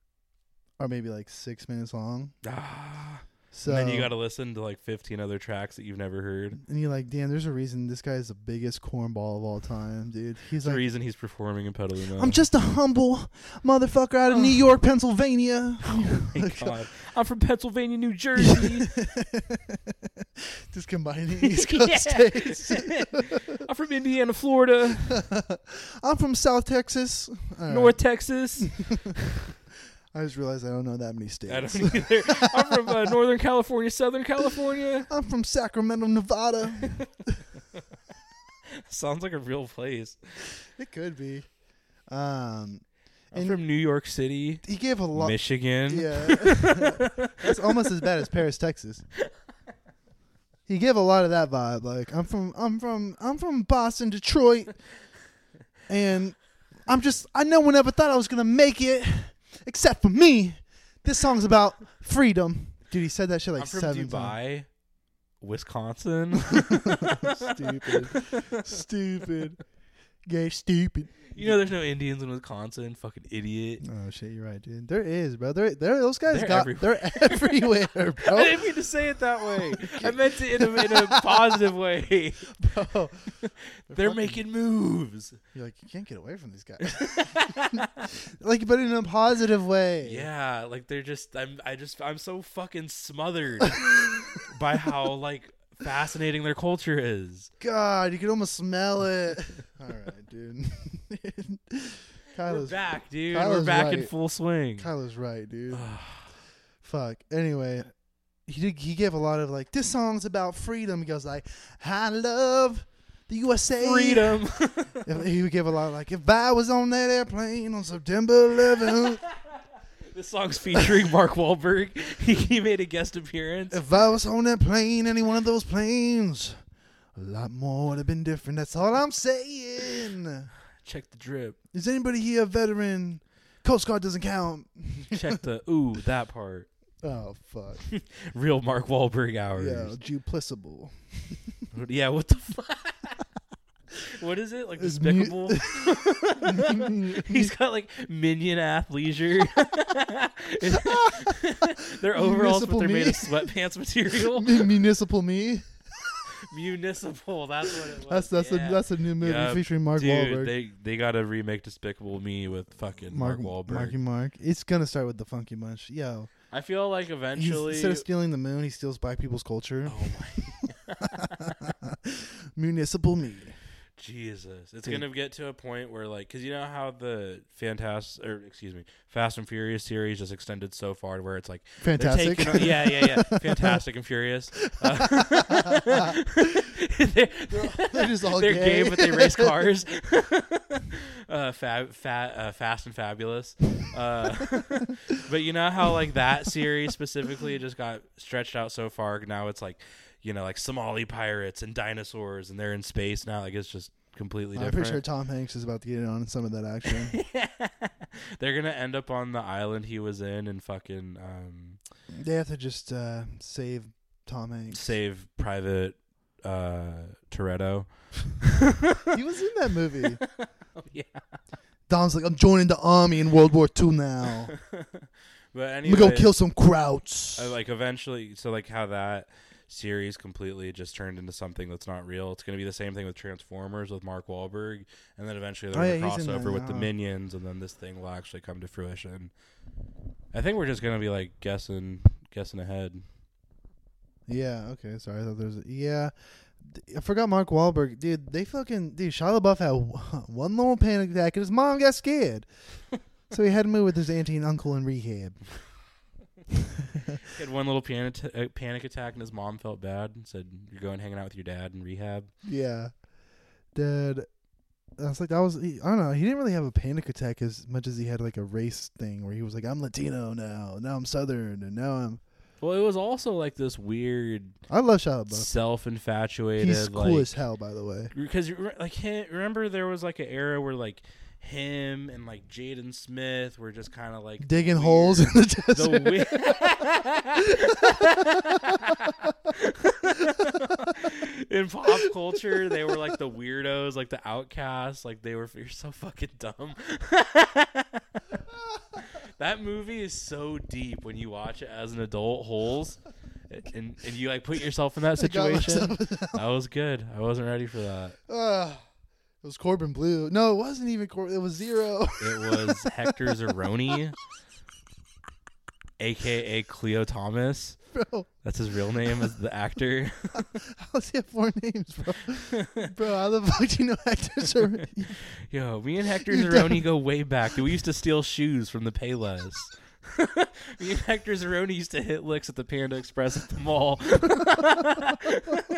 [SPEAKER 3] are maybe like six minutes long.
[SPEAKER 2] Ah.
[SPEAKER 3] So
[SPEAKER 2] and then you got to listen to like 15 other tracks that you've never heard.
[SPEAKER 3] and you're like, damn, there's a reason this guy is the biggest cornball of all time, dude. He's
[SPEAKER 2] It's the
[SPEAKER 3] like,
[SPEAKER 2] reason he's performing in Petaluma.
[SPEAKER 3] I'm just a humble motherfucker out of New York, Pennsylvania.
[SPEAKER 2] Thank God. I'm from Pennsylvania, New Jersey.
[SPEAKER 3] just combining East Coast states.
[SPEAKER 2] I'm from Indiana, Florida,
[SPEAKER 3] I'm from South Texas. All right.
[SPEAKER 2] North Texas.
[SPEAKER 3] I just realized I don't know that many states.
[SPEAKER 2] I don't e- either. I'm from uh, Northern California, Southern California.
[SPEAKER 3] I'm from Sacramento, Nevada.
[SPEAKER 2] Sounds like a real place.
[SPEAKER 3] it could be.
[SPEAKER 2] I'm
[SPEAKER 3] Um, And-
[SPEAKER 2] from New York City,
[SPEAKER 3] he gave a lot.
[SPEAKER 2] Michigan.
[SPEAKER 3] Yeah, that's almost as bad as Paris, Texas. He gave a lot of that vibe. Like I'm from, I'm from, I'm from Boston, Detroit, and I'm just. I no one ever thought I was gonna make it, except for me. This song's about freedom, dude. He said that shit like
[SPEAKER 2] I'm from
[SPEAKER 3] seven times.
[SPEAKER 2] Dubai, Wisconsin.
[SPEAKER 3] stupid, stupid, gay, stupid.
[SPEAKER 2] you know, there's no Indians in Wisconsin. Fucking idiot.
[SPEAKER 3] Oh shit, you're right, dude. There is, bro. There, there. Those guys
[SPEAKER 2] They're
[SPEAKER 3] got.
[SPEAKER 2] everywhere.
[SPEAKER 3] They're everywhere,
[SPEAKER 2] I
[SPEAKER 3] bro.
[SPEAKER 2] didn't mean to say it that way. I meant it in a, in a positive way.
[SPEAKER 3] Bro,
[SPEAKER 2] They're
[SPEAKER 3] fucking-
[SPEAKER 2] making moves.
[SPEAKER 3] You're like, you can't get away from these guys. like, but in a positive way.
[SPEAKER 2] Yeah, like they're just. I'm. I just. I'm so fucking smothered by how like fascinating their culture is.
[SPEAKER 3] God, you can almost smell it. All right, dude.
[SPEAKER 2] We're
[SPEAKER 3] Kylo's
[SPEAKER 2] back, dude.
[SPEAKER 3] Kyle
[SPEAKER 2] We're
[SPEAKER 3] is
[SPEAKER 2] back in
[SPEAKER 3] right.
[SPEAKER 2] full swing.
[SPEAKER 3] Kylo's right, dude. Fuck. Anyway, he did, he gave a lot of like this song's about freedom. He goes like, I love the USA.
[SPEAKER 2] Freedom.
[SPEAKER 3] If- He would give a lot of like, if I was on that airplane on September 11th,
[SPEAKER 2] this song's featuring Mark Wahlberg. He, he made a guest appearance.
[SPEAKER 3] If I was on that plane, any one of those planes, a lot more would have been different. That's all I'm saying.
[SPEAKER 2] Check the drip.
[SPEAKER 3] Is anybody here a veteran? Coast Guard doesn't count.
[SPEAKER 2] Check the ooh that part.
[SPEAKER 3] Oh fuck.
[SPEAKER 2] Real Mark Wahlberg
[SPEAKER 3] Yeah,
[SPEAKER 2] hours.
[SPEAKER 3] duplicable.
[SPEAKER 2] Yeah. what the fuck? What is it like?
[SPEAKER 3] It's mu-
[SPEAKER 2] despicable. He's got like minion athleisure. They're overalls, but
[SPEAKER 3] Municipal
[SPEAKER 2] they're made of
[SPEAKER 3] me.
[SPEAKER 2] sweatpants material.
[SPEAKER 3] Municipal me.
[SPEAKER 2] Municipal. That's what it was.
[SPEAKER 3] That's that's
[SPEAKER 2] yeah.
[SPEAKER 3] a that's a new movie
[SPEAKER 2] Yup.
[SPEAKER 3] featuring Mark
[SPEAKER 2] Dude,
[SPEAKER 3] Wahlberg.
[SPEAKER 2] they they gotta remake Despicable Me with fucking Mark, Wahlberg.
[SPEAKER 3] Marky Mark. It's gonna start with the Funky Bunch. Yo,
[SPEAKER 2] I feel like
[SPEAKER 3] he's-
[SPEAKER 2] eventually.
[SPEAKER 3] instead of stealing the moon, he steals black people's culture.
[SPEAKER 2] oh my
[SPEAKER 3] Municipal me.
[SPEAKER 2] Jesus, it's
[SPEAKER 3] Dude.
[SPEAKER 2] gonna get to a point where like, cause you know how the Fantastic or excuse me, Fast and Furious series just extended so far to where it's like they're
[SPEAKER 3] Fantastic.
[SPEAKER 2] taking- yeah, yeah, yeah, Fantastic and Furious. Uh, they're,
[SPEAKER 3] They're just all
[SPEAKER 2] they're
[SPEAKER 3] gay.
[SPEAKER 2] gay, but they race cars. uh, fab, fa- uh, Fast and Fabulous. Uh, but you know how like that series specifically just got stretched out so far. Now it's like you know like Somali pirates and dinosaurs, and they're in space now. Like it's just completely
[SPEAKER 3] I'm pretty sure
[SPEAKER 2] different.
[SPEAKER 3] Tom Hanks is about to get in on some of that action.
[SPEAKER 2] they're gonna end up on the island he was in and fucking um,
[SPEAKER 3] they have to just uh, save Tom Hanks.
[SPEAKER 2] save Private uh, Toretto.
[SPEAKER 3] He was in that movie.
[SPEAKER 2] Oh, yeah.
[SPEAKER 3] Dom's like, I'm joining the army in World War II now.
[SPEAKER 2] But anyway,
[SPEAKER 3] I'm gonna go kill some Krauts.
[SPEAKER 2] I, like eventually so like how that series completely just turned into something that's not real. It's gonna be the same thing with Transformers with Mark Wahlberg, and then eventually
[SPEAKER 3] Oh,
[SPEAKER 2] there's
[SPEAKER 3] yeah,
[SPEAKER 2] a
[SPEAKER 3] he's in
[SPEAKER 2] crossover
[SPEAKER 3] that
[SPEAKER 2] with the
[SPEAKER 3] now.
[SPEAKER 2] Minions, and then this thing will actually come to fruition. I think we're just gonna be like guessing, guessing ahead.
[SPEAKER 3] Yeah. Okay. Sorry. I thought there was. A, yeah. D- I forgot Mark Wahlberg, dude. They fucking dude. Shia LaBeouf had w- one little panic attack, and his mom got scared, so he had to move with his auntie and uncle in rehab.
[SPEAKER 2] He had one little panic uh, panic attack, and his mom felt bad and said, "You're going hanging out with your dad in rehab."
[SPEAKER 3] Yeah, dude. I was like, that was. He, I don't know. He didn't really have a panic attack as much as he had like a race thing where he was like, "I'm Latino now. Now I'm Southern, and now I'm."
[SPEAKER 2] Well, it was also like this weird
[SPEAKER 3] I love Shia LaBeouf.
[SPEAKER 2] self infatuated.
[SPEAKER 3] He's cool
[SPEAKER 2] like,
[SPEAKER 3] as hell, by the way.
[SPEAKER 2] because you re- like hi- remember there was like an era where like him and like Jaden Smith were just kind of like
[SPEAKER 3] Digging
[SPEAKER 2] weird-
[SPEAKER 3] holes in the desert.
[SPEAKER 2] The wi- in pop culture, they were like the weirdos, like the outcasts. Like they were, you're so fucking dumb. that movie is so deep when you watch it as an adult. Holes, and and you like put yourself in that
[SPEAKER 3] I got
[SPEAKER 2] situation.
[SPEAKER 3] myself in that
[SPEAKER 2] That was good. I wasn't ready for that.
[SPEAKER 3] Uh, it was Corbin Blue. No, it wasn't even Corbin. It was Zero.
[SPEAKER 2] It was Hector Zeroni, aka Cleo Thomas.
[SPEAKER 3] bro,
[SPEAKER 2] That's his real name as the actor.
[SPEAKER 3] how does he have four names, bro? bro, how the fuck do you know actors are.
[SPEAKER 2] Yo, me and Hector
[SPEAKER 3] You
[SPEAKER 2] Zeroni go way back. dude. We used to steal shoes from the Payless. me and Hector Zeroni used to hit licks at the Panda Express at the mall.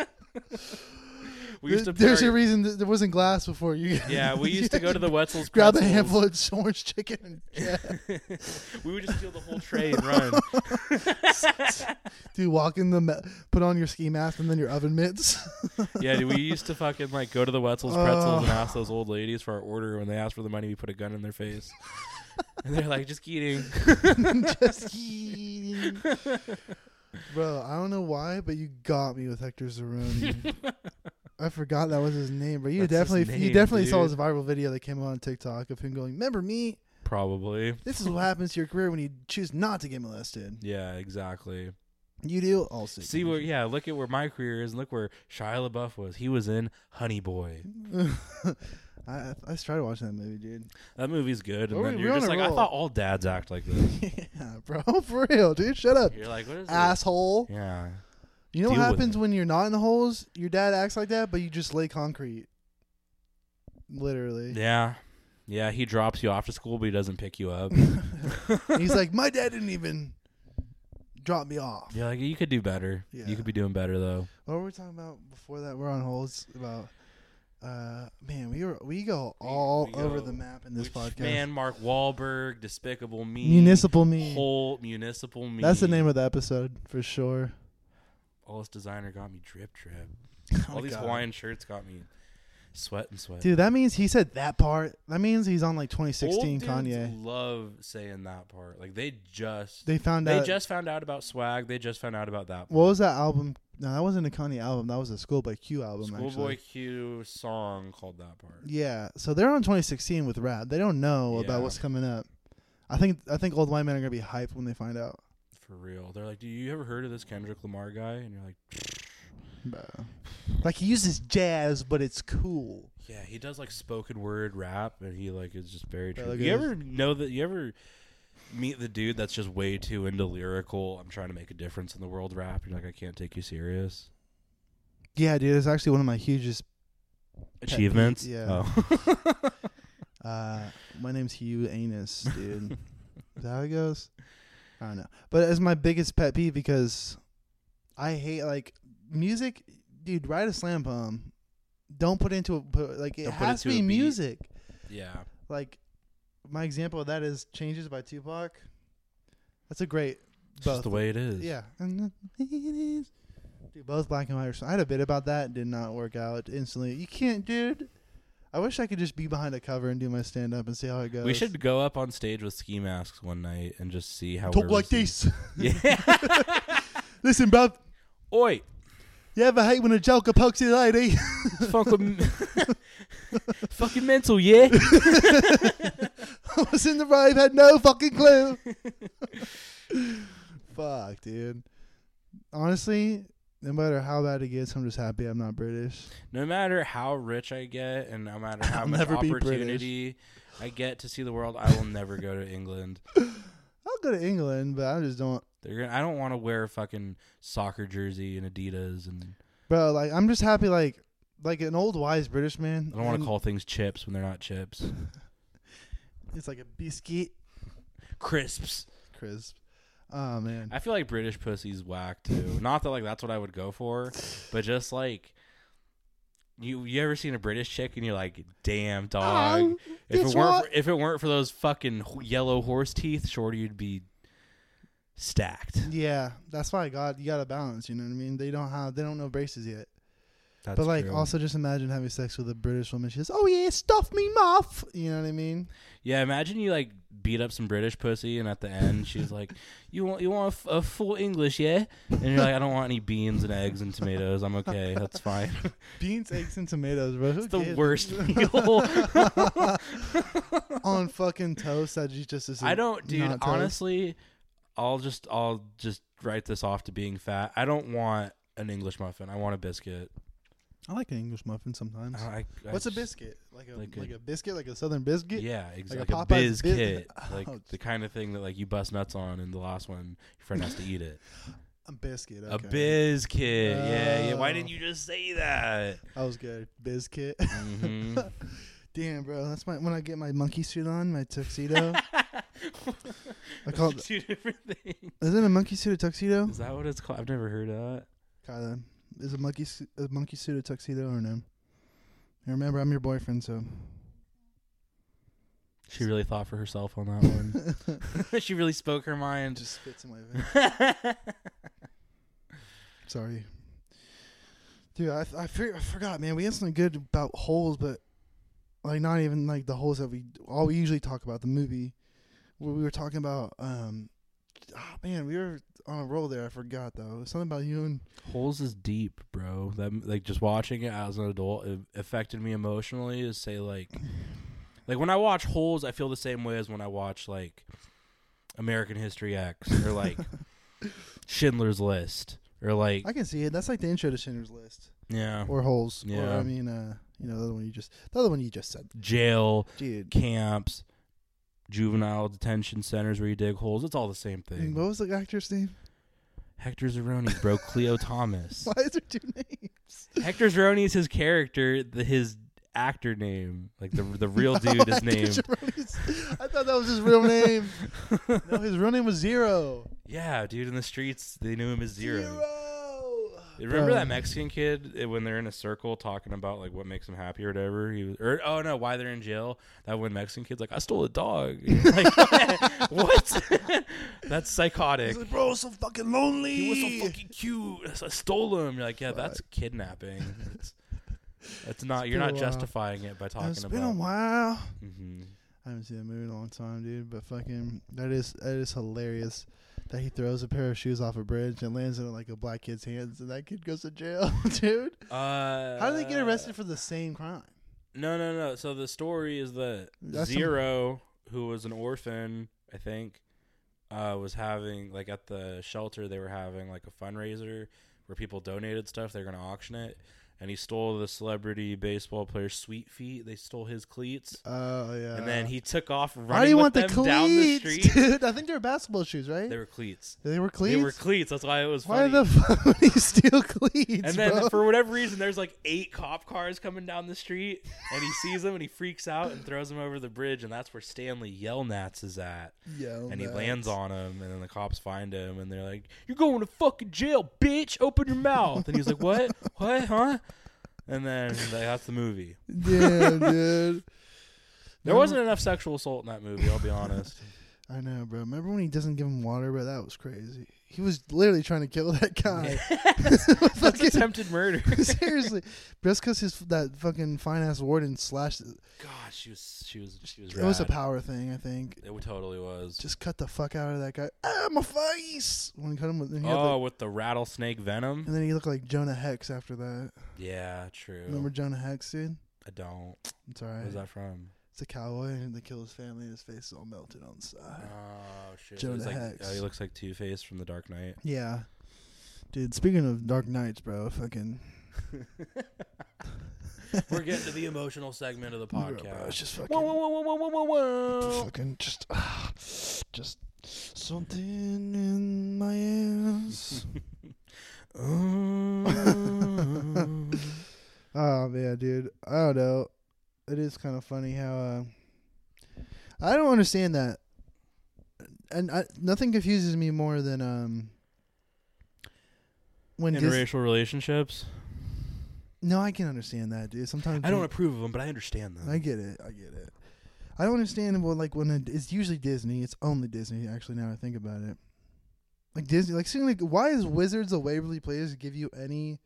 [SPEAKER 2] we used to
[SPEAKER 3] There's
[SPEAKER 2] party-
[SPEAKER 3] a reason that there wasn't glass before you.
[SPEAKER 2] yeah, we used to go to the Wetzel's
[SPEAKER 3] Grab a
[SPEAKER 2] Pretzels.
[SPEAKER 3] handful of orange chicken. And, yeah.
[SPEAKER 2] we would just steal the whole tray and run.
[SPEAKER 3] Dude, walk in the. ma- put on your ski mask and then your oven mitts.
[SPEAKER 2] Yeah, dude, we used to fucking like go to the Wetzel's pretzels and ask those old ladies for our order. When they asked for the money, we put a gun in their face, and they're like, "Just eating."
[SPEAKER 3] Just kidding. Bro, I don't know why, but you got me with Hector Zeroni. I forgot that was his name, but you
[SPEAKER 2] That's his
[SPEAKER 3] definitely you
[SPEAKER 2] name,
[SPEAKER 3] definitely saw
[SPEAKER 2] dude.
[SPEAKER 3] his viral video that came out on TikTok of him going, "Remember me?
[SPEAKER 2] Probably.
[SPEAKER 3] This is what happens to your career when you choose not to get molested.
[SPEAKER 2] Yeah, exactly.
[SPEAKER 3] You do also
[SPEAKER 2] See where? Yeah, look at where my career is, and look where Shia LaBeouf was. He was in Honey Boy.
[SPEAKER 3] I I started watching that movie, dude.
[SPEAKER 2] That movie's good, and
[SPEAKER 3] Oh,
[SPEAKER 2] then
[SPEAKER 3] we-
[SPEAKER 2] you're
[SPEAKER 3] we're on
[SPEAKER 2] just
[SPEAKER 3] a
[SPEAKER 2] like, I
[SPEAKER 3] roll.
[SPEAKER 2] thought all dads act like this.
[SPEAKER 3] yeah, bro, for real, dude. Shut up,
[SPEAKER 2] You're like, what is this?
[SPEAKER 3] asshole.
[SPEAKER 2] Yeah.
[SPEAKER 3] You know what
[SPEAKER 2] Deal with
[SPEAKER 3] happens
[SPEAKER 2] it.
[SPEAKER 3] when you're not in the holes? Your dad acts like that, but you just lay concrete. Literally.
[SPEAKER 2] Yeah. Yeah, he drops you off to school, but he doesn't pick you up.
[SPEAKER 3] And he's like, my dad didn't even drop me off.
[SPEAKER 2] You're like, you could do better.
[SPEAKER 3] Yeah.
[SPEAKER 2] You could be doing better, though.
[SPEAKER 3] What were we talking about before that? We're on holds about. Uh, man, we were we go all
[SPEAKER 2] we
[SPEAKER 3] over
[SPEAKER 2] go-
[SPEAKER 3] the map in this
[SPEAKER 2] Which
[SPEAKER 3] podcast.
[SPEAKER 2] Man, Mark Wahlberg, Despicable Me,
[SPEAKER 3] Municipal me.
[SPEAKER 2] whole Municipal Me.
[SPEAKER 3] That's the name of the episode for sure.
[SPEAKER 2] All this designer got me drip drip.
[SPEAKER 3] Oh
[SPEAKER 2] All these
[SPEAKER 3] God.
[SPEAKER 2] Hawaiian shirts got me sweat and sweat.
[SPEAKER 3] Dude, that means he said that part. That means he's on like 2016
[SPEAKER 2] Old dudes
[SPEAKER 3] Kanye.
[SPEAKER 2] love saying that part. Like they just they,
[SPEAKER 3] They found out.
[SPEAKER 2] just found out about swag. They just found out about that.
[SPEAKER 3] what was that album? No, that wasn't a Kanye album. That was a Schoolboy Q album. actually.
[SPEAKER 2] Schoolboy Q song called that part.
[SPEAKER 3] Yeah, so they're on 2016 with rap. They don't know
[SPEAKER 2] Yeah.
[SPEAKER 3] about what's coming up. I think I think old white men are gonna be hyped when they find out.
[SPEAKER 2] For real. They're like, "Do you ever heard of this Kendrick Lamar guy?" And you're like,
[SPEAKER 3] Like he uses jazz, but it's cool.
[SPEAKER 2] Yeah, he does like spoken word rap, and he like is just very
[SPEAKER 3] Yeah,
[SPEAKER 2] true.
[SPEAKER 3] like
[SPEAKER 2] You
[SPEAKER 3] it
[SPEAKER 2] ever know that? You ever meet the dude that's just way too into lyrical? I'm trying to make a difference in the world. Rap. You're like, I can't take you serious.
[SPEAKER 3] Yeah, dude, it's actually one of my hugest peeve,
[SPEAKER 2] Achievements.
[SPEAKER 3] yeah.
[SPEAKER 2] Oh.
[SPEAKER 3] Uh, my name's Hugh Anus, dude. Is that how it goes? I don't know. But it's my biggest pet peeve because I hate like music. Dude, write a slam poem. Don't put into a put, like it
[SPEAKER 2] Don't put it
[SPEAKER 3] has to
[SPEAKER 2] to a
[SPEAKER 3] be
[SPEAKER 2] beat.
[SPEAKER 3] music.
[SPEAKER 2] yeah.
[SPEAKER 3] Like my example of that is "Changes" by Tupac. That's a great
[SPEAKER 2] It's
[SPEAKER 3] both.
[SPEAKER 2] just the way it is.
[SPEAKER 3] yeah, and it is. Dude, both black and white. Are so, I had a bit about that. Did not work out instantly. You can't, dude. I wish I could just be behind a cover and do my stand up and see how it goes.
[SPEAKER 2] We should go up on stage with ski masks one night and just see how
[SPEAKER 3] talk
[SPEAKER 2] we're
[SPEAKER 3] like
[SPEAKER 2] received.
[SPEAKER 3] this.
[SPEAKER 2] Yeah.
[SPEAKER 3] Listen, bruv.
[SPEAKER 2] Oi,
[SPEAKER 3] You ever hate when a joker pokes your lady?
[SPEAKER 2] it's fucking fucking mental, yeah.
[SPEAKER 3] I was in the rave, had no fucking clue. Fuck, dude. Honestly, no matter how bad it gets, I'm just happy I'm not British.
[SPEAKER 2] No matter how rich I get, and no matter how
[SPEAKER 3] I'll
[SPEAKER 2] much
[SPEAKER 3] never be British.
[SPEAKER 2] opportunity I get to see the world, I will never go to England.
[SPEAKER 3] I'll go to England, but I just don't.
[SPEAKER 2] They're gonna, I don't want to wear a fucking soccer jersey and Adidas, and
[SPEAKER 3] Bro, like I'm just happy, like like an old wise British man.
[SPEAKER 2] I don't want to
[SPEAKER 3] and
[SPEAKER 2] call things chips when they're not chips.
[SPEAKER 3] It's like a biscuit
[SPEAKER 2] Crisps.
[SPEAKER 3] crisp. Oh man,
[SPEAKER 2] I feel like British pussy's whack too. Not that like that's what I would go for, but just like you you ever seen a British chick and you're like, damn dog.
[SPEAKER 3] Oh,
[SPEAKER 2] if
[SPEAKER 3] guess
[SPEAKER 2] it weren't
[SPEAKER 3] what?
[SPEAKER 2] for, if it weren't for those fucking ho- yellow horse teeth, shorty you'd be stacked.
[SPEAKER 3] yeah, that's why God, you gotta balance. You know what I mean? They don't have, they don't know braces yet.
[SPEAKER 2] That's
[SPEAKER 3] but like,
[SPEAKER 2] true.
[SPEAKER 3] also just imagine having sex with a British woman. She says, "Oh yeah, stuff me muff." You know what I mean?
[SPEAKER 2] yeah, imagine you like beat up some British pussy and at the end she's like, you want you want a f- a, full English, yeah? And you're like, I don't want any beans and eggs and tomatoes. I'm okay, that's fine.
[SPEAKER 3] Beans, eggs, and tomatoes, bro. Who
[SPEAKER 2] it's the
[SPEAKER 3] gives-
[SPEAKER 2] worst meal.
[SPEAKER 3] on fucking toast. That you just assume
[SPEAKER 2] I don't, dude.
[SPEAKER 3] not toast.
[SPEAKER 2] Honestly, I'll just I'll just write this off to being fat. I don't want an English muffin. I want a biscuit.
[SPEAKER 3] I like an English muffin sometimes.
[SPEAKER 2] I, I- I
[SPEAKER 3] What's
[SPEAKER 2] just-
[SPEAKER 3] a biscuit? Like a like
[SPEAKER 2] like
[SPEAKER 3] a,
[SPEAKER 2] a-
[SPEAKER 3] biscuit, like a southern biscuit.
[SPEAKER 2] Yeah, exactly. Like
[SPEAKER 3] Like a
[SPEAKER 2] a,
[SPEAKER 3] Popeye's
[SPEAKER 2] biz
[SPEAKER 3] biz-
[SPEAKER 2] kit, like
[SPEAKER 3] Oh,
[SPEAKER 2] the kind of thing that like you bust nuts on, and the last one your friend has to eat it.
[SPEAKER 3] A biscuit.
[SPEAKER 2] A
[SPEAKER 3] okay.
[SPEAKER 2] biz kit. Yeah, yeah.
[SPEAKER 3] Oh.
[SPEAKER 2] Why didn't you just say that?
[SPEAKER 3] That was good. Biscuit.
[SPEAKER 2] hmm
[SPEAKER 3] Damn, bro. That's my when I get my monkey suit on, my tuxedo. I call it.
[SPEAKER 2] two different things.
[SPEAKER 3] Isn't a monkey suit a tuxedo?
[SPEAKER 2] Is that what it's called? I've never heard of that.
[SPEAKER 3] Kyla, is a monkey su- a monkey suit a tuxedo or no? And remember, I'm your boyfriend, so
[SPEAKER 2] She really thought for herself on that one. she really spoke her
[SPEAKER 3] it
[SPEAKER 2] mind.
[SPEAKER 3] just spits in my face. Sorry, dude. I I, fig- I forgot, man. We had something good about holes, but like not even like the holes that we all we usually talk about the movie. Where we were talking about, um, oh, man, we were on a roll there. I forgot though. It was something about you and
[SPEAKER 2] Holes is deep, bro. That like just watching it as an adult it affected me emotionally. To say like, like when I watch Holes, I feel the same way as when I watch like American History X or like Schindler's List or like
[SPEAKER 3] I can see it. That's like the intro to Schindler's List
[SPEAKER 2] yeah
[SPEAKER 3] or holes. Or,
[SPEAKER 2] Uh-huh. Yeah.
[SPEAKER 3] I mean, uh, you know, the other one you just the other one you just said,
[SPEAKER 2] jail
[SPEAKER 3] dude.
[SPEAKER 2] camps, juvenile detention centers where you dig holes. It's all the same
[SPEAKER 3] And
[SPEAKER 2] thing.
[SPEAKER 3] what was the actor's name?
[SPEAKER 2] Hector Zeroni, bro. Cleo Thomas.
[SPEAKER 3] Why is there two names?
[SPEAKER 2] Hector Zeroni is his character. The, his actor name, like the the real dude, is named.
[SPEAKER 3] I thought that was his real name. no, his real name was Zero.
[SPEAKER 2] Yeah, dude, in the streets they knew him as Zero.
[SPEAKER 3] Zero.
[SPEAKER 2] You Remember
[SPEAKER 3] Bro.
[SPEAKER 2] that Mexican kid eh, when they're in a circle talking about like what makes them happy or whatever. He was, or oh no, why they're in jail. That one Mexican kid's like, I stole a dog. Like, what? That's psychotic.
[SPEAKER 3] He's like, bro, I was so fucking lonely.
[SPEAKER 2] He was so fucking cute. I stole him. You're like, yeah, that's kidnapping. It's, that's not. You're
[SPEAKER 3] been a
[SPEAKER 2] not
[SPEAKER 3] while.
[SPEAKER 2] justifying it by talking
[SPEAKER 3] It's
[SPEAKER 2] about.
[SPEAKER 3] been a while.
[SPEAKER 2] hmm
[SPEAKER 3] I haven't seen that movie in a long time, dude. But fucking, that is that is hilarious. That he throws a pair of shoes off a bridge and lands in like a black kid's hands, and that kid goes to jail, dude.
[SPEAKER 2] Uh,
[SPEAKER 3] How did they get arrested for the same crime?
[SPEAKER 2] No, no, no. So the story is that
[SPEAKER 3] That's some-
[SPEAKER 2] Zero, who was an orphan, I think, uh, was having like at the shelter they were having like a fundraiser where people donated stuff. They're gonna auction it, and he stole the celebrity baseball player Sweet Feet. They stole his cleats,
[SPEAKER 3] Oh yeah.
[SPEAKER 2] and then he took off running
[SPEAKER 3] Why do you
[SPEAKER 2] with
[SPEAKER 3] want the
[SPEAKER 2] them down the
[SPEAKER 3] cleats,
[SPEAKER 2] street.
[SPEAKER 3] dude? I think they're basketball shoes, right?
[SPEAKER 2] They were cleats.
[SPEAKER 3] They were cleats.
[SPEAKER 2] They were cleats. That's why it was
[SPEAKER 3] Why
[SPEAKER 2] funny.
[SPEAKER 3] the fuck would he steal cleats,
[SPEAKER 2] and then
[SPEAKER 3] bro?
[SPEAKER 2] for whatever reason, there's like eight cop cars coming down the street, and he sees them and he freaks out and throws them over the bridge, and that's where Stanley Yelnats is at.
[SPEAKER 3] yeah,
[SPEAKER 2] and he
[SPEAKER 3] nuts.
[SPEAKER 2] lands on him, and then the cops find him, and they're like, "You're going to fucking jail, bitch! Open your mouth!" And he's like, "What? what? Huh?" And then like, that's the movie.
[SPEAKER 3] Damn, dude.
[SPEAKER 2] There
[SPEAKER 3] Remember-
[SPEAKER 2] wasn't enough sexual assault in that movie. I'll be honest.
[SPEAKER 3] I know, bro. Remember when he doesn't give him water, bro? That was crazy. He was literally trying to kill that guy.
[SPEAKER 2] that's
[SPEAKER 3] Fucking-
[SPEAKER 2] attempted murder.
[SPEAKER 3] Seriously, just because his that fucking fine ass warden slashed, it
[SPEAKER 2] God, she was she was she was.
[SPEAKER 3] it was a
[SPEAKER 2] rad.
[SPEAKER 3] power thing, I think.
[SPEAKER 2] It totally was.
[SPEAKER 3] Just cut the fuck out of that guy. Ah, my face! When he cut him, with, and, he had, like-
[SPEAKER 2] oh, with the rattlesnake venom.
[SPEAKER 3] and then he looked like Jonah Hex after that.
[SPEAKER 2] Yeah, true.
[SPEAKER 3] Remember Jonah Hex, dude?
[SPEAKER 2] I don't.
[SPEAKER 3] It's alright.
[SPEAKER 2] Where's that from?
[SPEAKER 3] It's a cowboy, and they kill his family, and his face is all melted on the side.
[SPEAKER 2] Oh shit!
[SPEAKER 3] Jonah
[SPEAKER 2] It's like,
[SPEAKER 3] Hex.
[SPEAKER 2] oh, he looks like Two Face from The Dark Knight.
[SPEAKER 3] Yeah. Dude, speaking of Dark Knights, bro, fucking.
[SPEAKER 2] We're getting to the emotional segment of the
[SPEAKER 3] bro, bro, it's
[SPEAKER 2] podcast.
[SPEAKER 3] just
[SPEAKER 2] Whoa,
[SPEAKER 3] fucking.
[SPEAKER 2] whoa, whoa, whoa, whoa, whoa, whoa, whoa.
[SPEAKER 3] Fucking just. ah, just something in my ass. oh, man, dude. I don't know. It is kind of funny how. Uh, I don't understand that. And I, nothing confuses me more than. um. When Dis-
[SPEAKER 2] Interracial relationships.
[SPEAKER 3] no, I can understand that, dude. Sometimes
[SPEAKER 2] I don't
[SPEAKER 3] you-
[SPEAKER 2] approve of them, but I understand them.
[SPEAKER 3] I get it. I get it. I don't understand well, like when it, it's usually Disney. It's only Disney. Actually, now I think about it, like Disney, like seeing like why is Wizards of Waverly Place give you any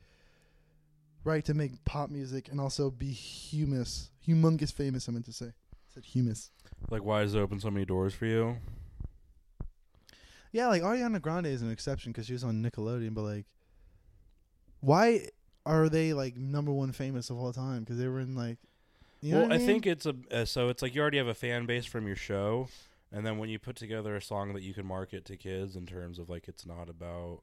[SPEAKER 3] right to make pop music and also be humus, humongous famous? I meant to say, I said humus.
[SPEAKER 2] like, why does it open so many doors for you?
[SPEAKER 3] Yeah, like Ariana Grande is an exception because she was on Nickelodeon, but like, why are they like number one famous of all time? Because they were in like, you know
[SPEAKER 2] well,
[SPEAKER 3] what
[SPEAKER 2] I,
[SPEAKER 3] mean?
[SPEAKER 2] think it's a uh, so it's like you already have a fan base from your show, and then when you put together a song that you can market to kids in terms of like it's not about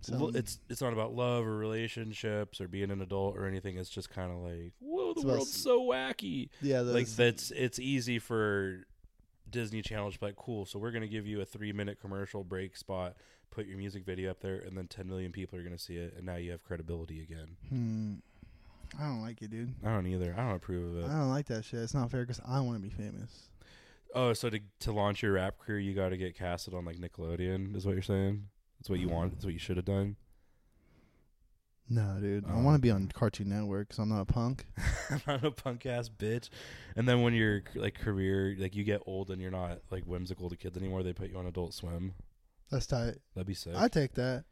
[SPEAKER 3] So-
[SPEAKER 2] it's it's not about love or relationships or being an adult or anything. It's just kind of like whoa, the
[SPEAKER 3] It's about
[SPEAKER 2] world's
[SPEAKER 3] s-
[SPEAKER 2] so wacky.
[SPEAKER 3] yeah,
[SPEAKER 2] like
[SPEAKER 3] those-
[SPEAKER 2] that's it's easy for Disney Channel to be like, cool. So we're gonna give you a three minute commercial break spot, put your music video up there, and then ten million people are gonna see it, and now you have credibility again.
[SPEAKER 3] Hmm. I don't like it, dude.
[SPEAKER 2] I don't either. I don't approve of
[SPEAKER 3] I
[SPEAKER 2] it.
[SPEAKER 3] don't like that shit. It's not fair because I want to be famous.
[SPEAKER 2] oh, so to to launch your rap career, you got to get casted on like Nickelodeon, is what you're saying? That's what you want. That's what you should have done.
[SPEAKER 3] No, dude. I
[SPEAKER 2] Oh.
[SPEAKER 3] want to be on Cartoon Network because I'm not a punk.
[SPEAKER 2] I'm not a punk ass bitch. And then when your like career, like you get old and you're not like whimsical to kids anymore, they put you on Adult Swim.
[SPEAKER 3] That's tight.
[SPEAKER 2] That'd be sick.
[SPEAKER 3] I take that.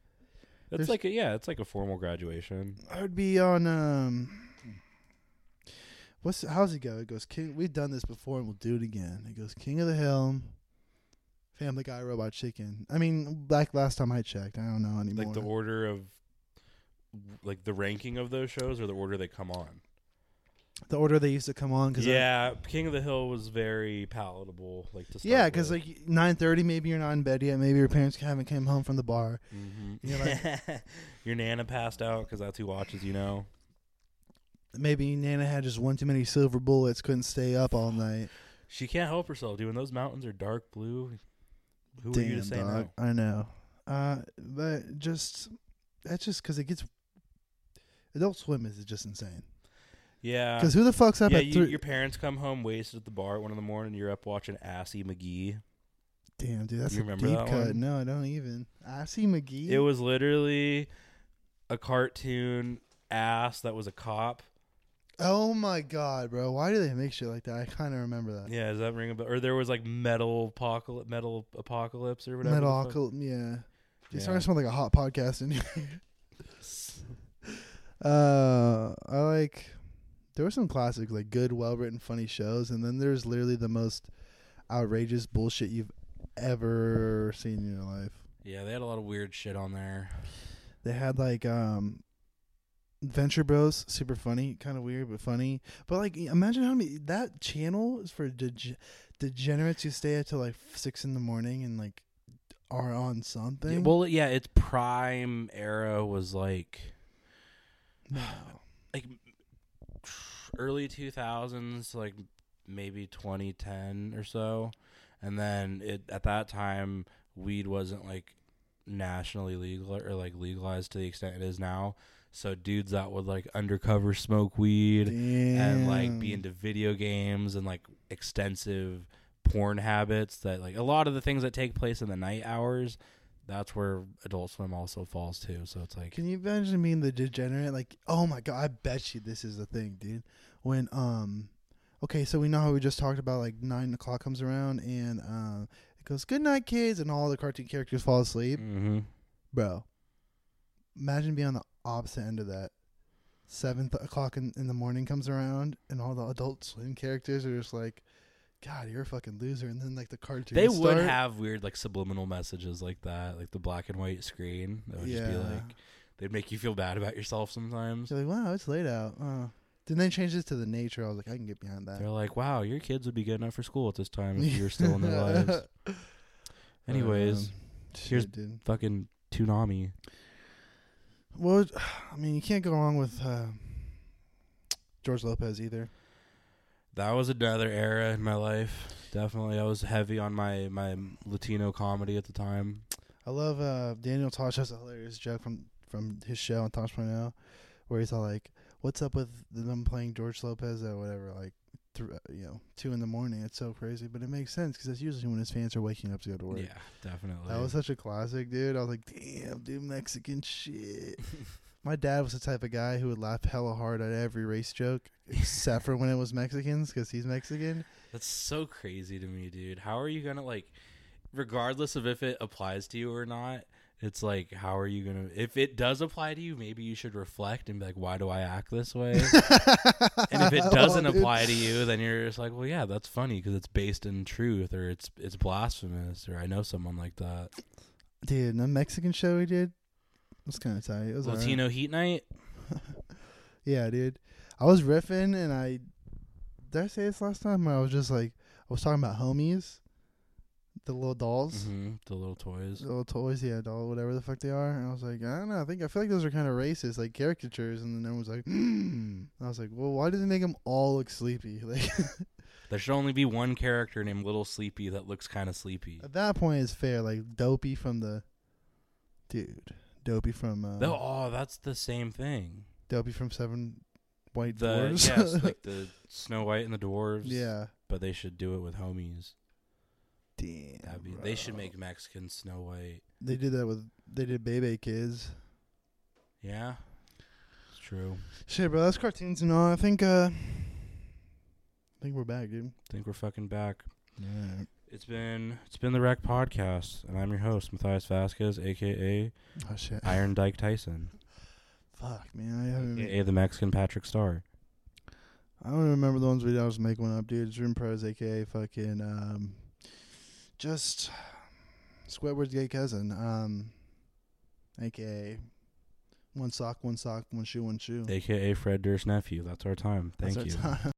[SPEAKER 2] That's
[SPEAKER 3] there's-
[SPEAKER 2] like a yeah, it's like a formal graduation.
[SPEAKER 3] I would be on um. What's how's it go? It goes King. We've done this before and we'll do it again. It goes King of the Hill, Family Guy, Robot Chicken. I mean, like last time I checked, I don't know anymore.
[SPEAKER 2] like the order of like the ranking of those shows or the order they come on
[SPEAKER 3] The order they used to come on. Cause I-
[SPEAKER 2] yeah king of the hill was very palatable like to start
[SPEAKER 3] yeah, because
[SPEAKER 2] with.
[SPEAKER 3] like nine thirty, maybe you're not in bed yet. Maybe your parents haven't came home from the bar.
[SPEAKER 2] Mhm.
[SPEAKER 3] you're
[SPEAKER 2] your nana passed out because that's who watches you know
[SPEAKER 3] maybe Nana had just one too many silver bullets, couldn't stay up all night.
[SPEAKER 2] she can't help herself dude when those mountains are dark blue who
[SPEAKER 3] Damn,
[SPEAKER 2] are you to say
[SPEAKER 3] dog.
[SPEAKER 2] no
[SPEAKER 3] I know. Uh, but just that's just because it gets. Adult Swim is just insane.
[SPEAKER 2] yeah
[SPEAKER 3] Because who the fuck's up
[SPEAKER 2] Uh, yeah,
[SPEAKER 3] at
[SPEAKER 2] you,
[SPEAKER 3] three?
[SPEAKER 2] your parents come home wasted at the bar at one in the morning. You're up watching Assy McGee.
[SPEAKER 3] Damn, dude, that's
[SPEAKER 2] you
[SPEAKER 3] a
[SPEAKER 2] remember
[SPEAKER 3] deep
[SPEAKER 2] that
[SPEAKER 3] cut.
[SPEAKER 2] one?
[SPEAKER 3] No, I don't even. I see McGee.
[SPEAKER 2] It was literally a cartoon ass that was a cop
[SPEAKER 3] oh my god, bro! Why do they make shit like that? I kind of remember that.
[SPEAKER 2] Yeah, does that ring a bell? Or there was like metal apocalypse, metal apocalypse, or whatever. the
[SPEAKER 3] Metal
[SPEAKER 2] fuck-
[SPEAKER 3] Occult- yeah. Dude,
[SPEAKER 2] Yeah.
[SPEAKER 3] starting to smell like a hot podcast in here. uh, I like. There were some classics, like good, well written, funny shows, and then there's literally the most outrageous bullshit you've ever seen in your life.
[SPEAKER 2] Yeah, they had a lot of weird shit on there.
[SPEAKER 3] They had like um Venture Bros, super funny, kind of weird but funny. But like, imagine how many that channel is for dege- degenerates who stay up till like six in the morning and like are on something.
[SPEAKER 2] well, yeah, its prime era was like
[SPEAKER 3] No.
[SPEAKER 2] like early 2000s like maybe 2010 or so and then it at that time weed wasn't like nationally legal or like legalized to the extent it is now so dudes that would like undercover smoke weed and like be
[SPEAKER 3] Damn.
[SPEAKER 2] into video games and like extensive porn habits that like a lot of the things that take place in the night hours that's where adult swim also falls too so it's like
[SPEAKER 3] Can you imagine being the degenerate? Like, oh my god, I bet you this is the thing, dude. When um, okay, so we know how we just talked about like nine o'clock comes around and uh, it goes good night, kids, and all the cartoon characters fall asleep,
[SPEAKER 2] mm-hmm.
[SPEAKER 3] bro. Imagine being on the opposite end of that. Seven th- o'clock in, in the morning comes around and all the Adult Swim characters are just like, God, you're a fucking loser. And then like the cartoons,
[SPEAKER 2] They would
[SPEAKER 3] start.
[SPEAKER 2] have weird like subliminal messages like that, like the black and white screen. That would just be
[SPEAKER 3] Yeah.
[SPEAKER 2] like they'd make you feel bad about yourself sometimes.
[SPEAKER 3] You're like, wow, it's late out. Uh. Then they changed this to the nature. I was like, I can get behind that.
[SPEAKER 2] They're like, "Wow, your kids would be good enough for school at this time if you're still in their lives." Anyways,
[SPEAKER 3] Um,
[SPEAKER 2] here's-
[SPEAKER 3] shit, dude.
[SPEAKER 2] fucking tsunami.
[SPEAKER 3] What was- I mean, you can't go wrong with uh, George Lopez either.
[SPEAKER 2] That was another era in my life. Definitely, I was heavy on my my Latino comedy at the time.
[SPEAKER 3] I love uh, Daniel Tosh has a hilarious joke from from his show on Tosh.0 where he's all like, "What's up with them playing George Lopez at whatever like." Th- you know, two in the morning. It's so crazy, but it makes sense because that's usually when his fans are waking up to go to work.
[SPEAKER 2] Yeah, definitely.
[SPEAKER 3] That was such a classic, dude. I was like, damn, dude, Mexican shit. My dad was the type of guy who would laugh hella hard at every race joke, except for when it was Mexicans, because he's Mexican.
[SPEAKER 2] That's so crazy to me, dude. How are you gonna like, regardless of if it applies to you or not? It's like, how are you gonna? If it does apply to you, maybe you should reflect and be like, why do I act this way? and if it doesn't
[SPEAKER 3] Oh, dude.
[SPEAKER 2] apply to you, then you're just like, well, yeah, that's funny because it's based in truth, or it's it's blasphemous, or I know someone like that.
[SPEAKER 3] dude, and the Mexican show we did was kind of tight. It was alright.
[SPEAKER 2] Latino Heat Night.
[SPEAKER 3] Yeah, dude. I was riffing and I did I say this last time where I was just like I was talking about homies, the little dolls,
[SPEAKER 2] hmm The little toys.
[SPEAKER 3] the little toys, yeah, doll, whatever the fuck they are. And I was like, I don't know. I think I feel like those are kind of racist, like caricatures. And then everyone was like, hmm. I was like, well, why did they make them all look sleepy? Like
[SPEAKER 2] There should only be one character named Little Sleepy that looks kind of sleepy.
[SPEAKER 3] at that point, it's fair. Like Dopey from the dude, Dopey from uh,
[SPEAKER 2] Though, oh, that's the same thing.
[SPEAKER 3] Dopey from Seven White
[SPEAKER 2] The
[SPEAKER 3] Dwarfs.
[SPEAKER 2] yes, like the Snow White and the dwarves.
[SPEAKER 3] yeah.
[SPEAKER 2] but they should do it with homies.
[SPEAKER 3] Damn.
[SPEAKER 2] That'd be, they should
[SPEAKER 3] bro.
[SPEAKER 2] make Mexican Snow White.
[SPEAKER 3] They did that with they did Bebe Kids.
[SPEAKER 2] Yeah, it's true.
[SPEAKER 3] Shit, bro, that's cartoons and all. I think uh, I think we're back, dude.
[SPEAKER 2] think we're fucking back.
[SPEAKER 3] Yeah.
[SPEAKER 2] It's been it's been the Wreck Podcast, and I'm your host Matthias Vasquez, aka
[SPEAKER 3] Oh shit.
[SPEAKER 2] Iron Dyke Tyson,
[SPEAKER 3] Fuck, man, I haven't.
[SPEAKER 2] aka the Mexican Patrick Starr.
[SPEAKER 3] I don't even remember the ones we did. I was making one up, dude. Dream Pros, aka fucking um, just Squidward's gay cousin, um, aka one sock, one sock, one shoe, one shoe.
[SPEAKER 2] aka Fred Durst's nephew. That's our time. Thank
[SPEAKER 3] That's our
[SPEAKER 2] you.
[SPEAKER 3] time.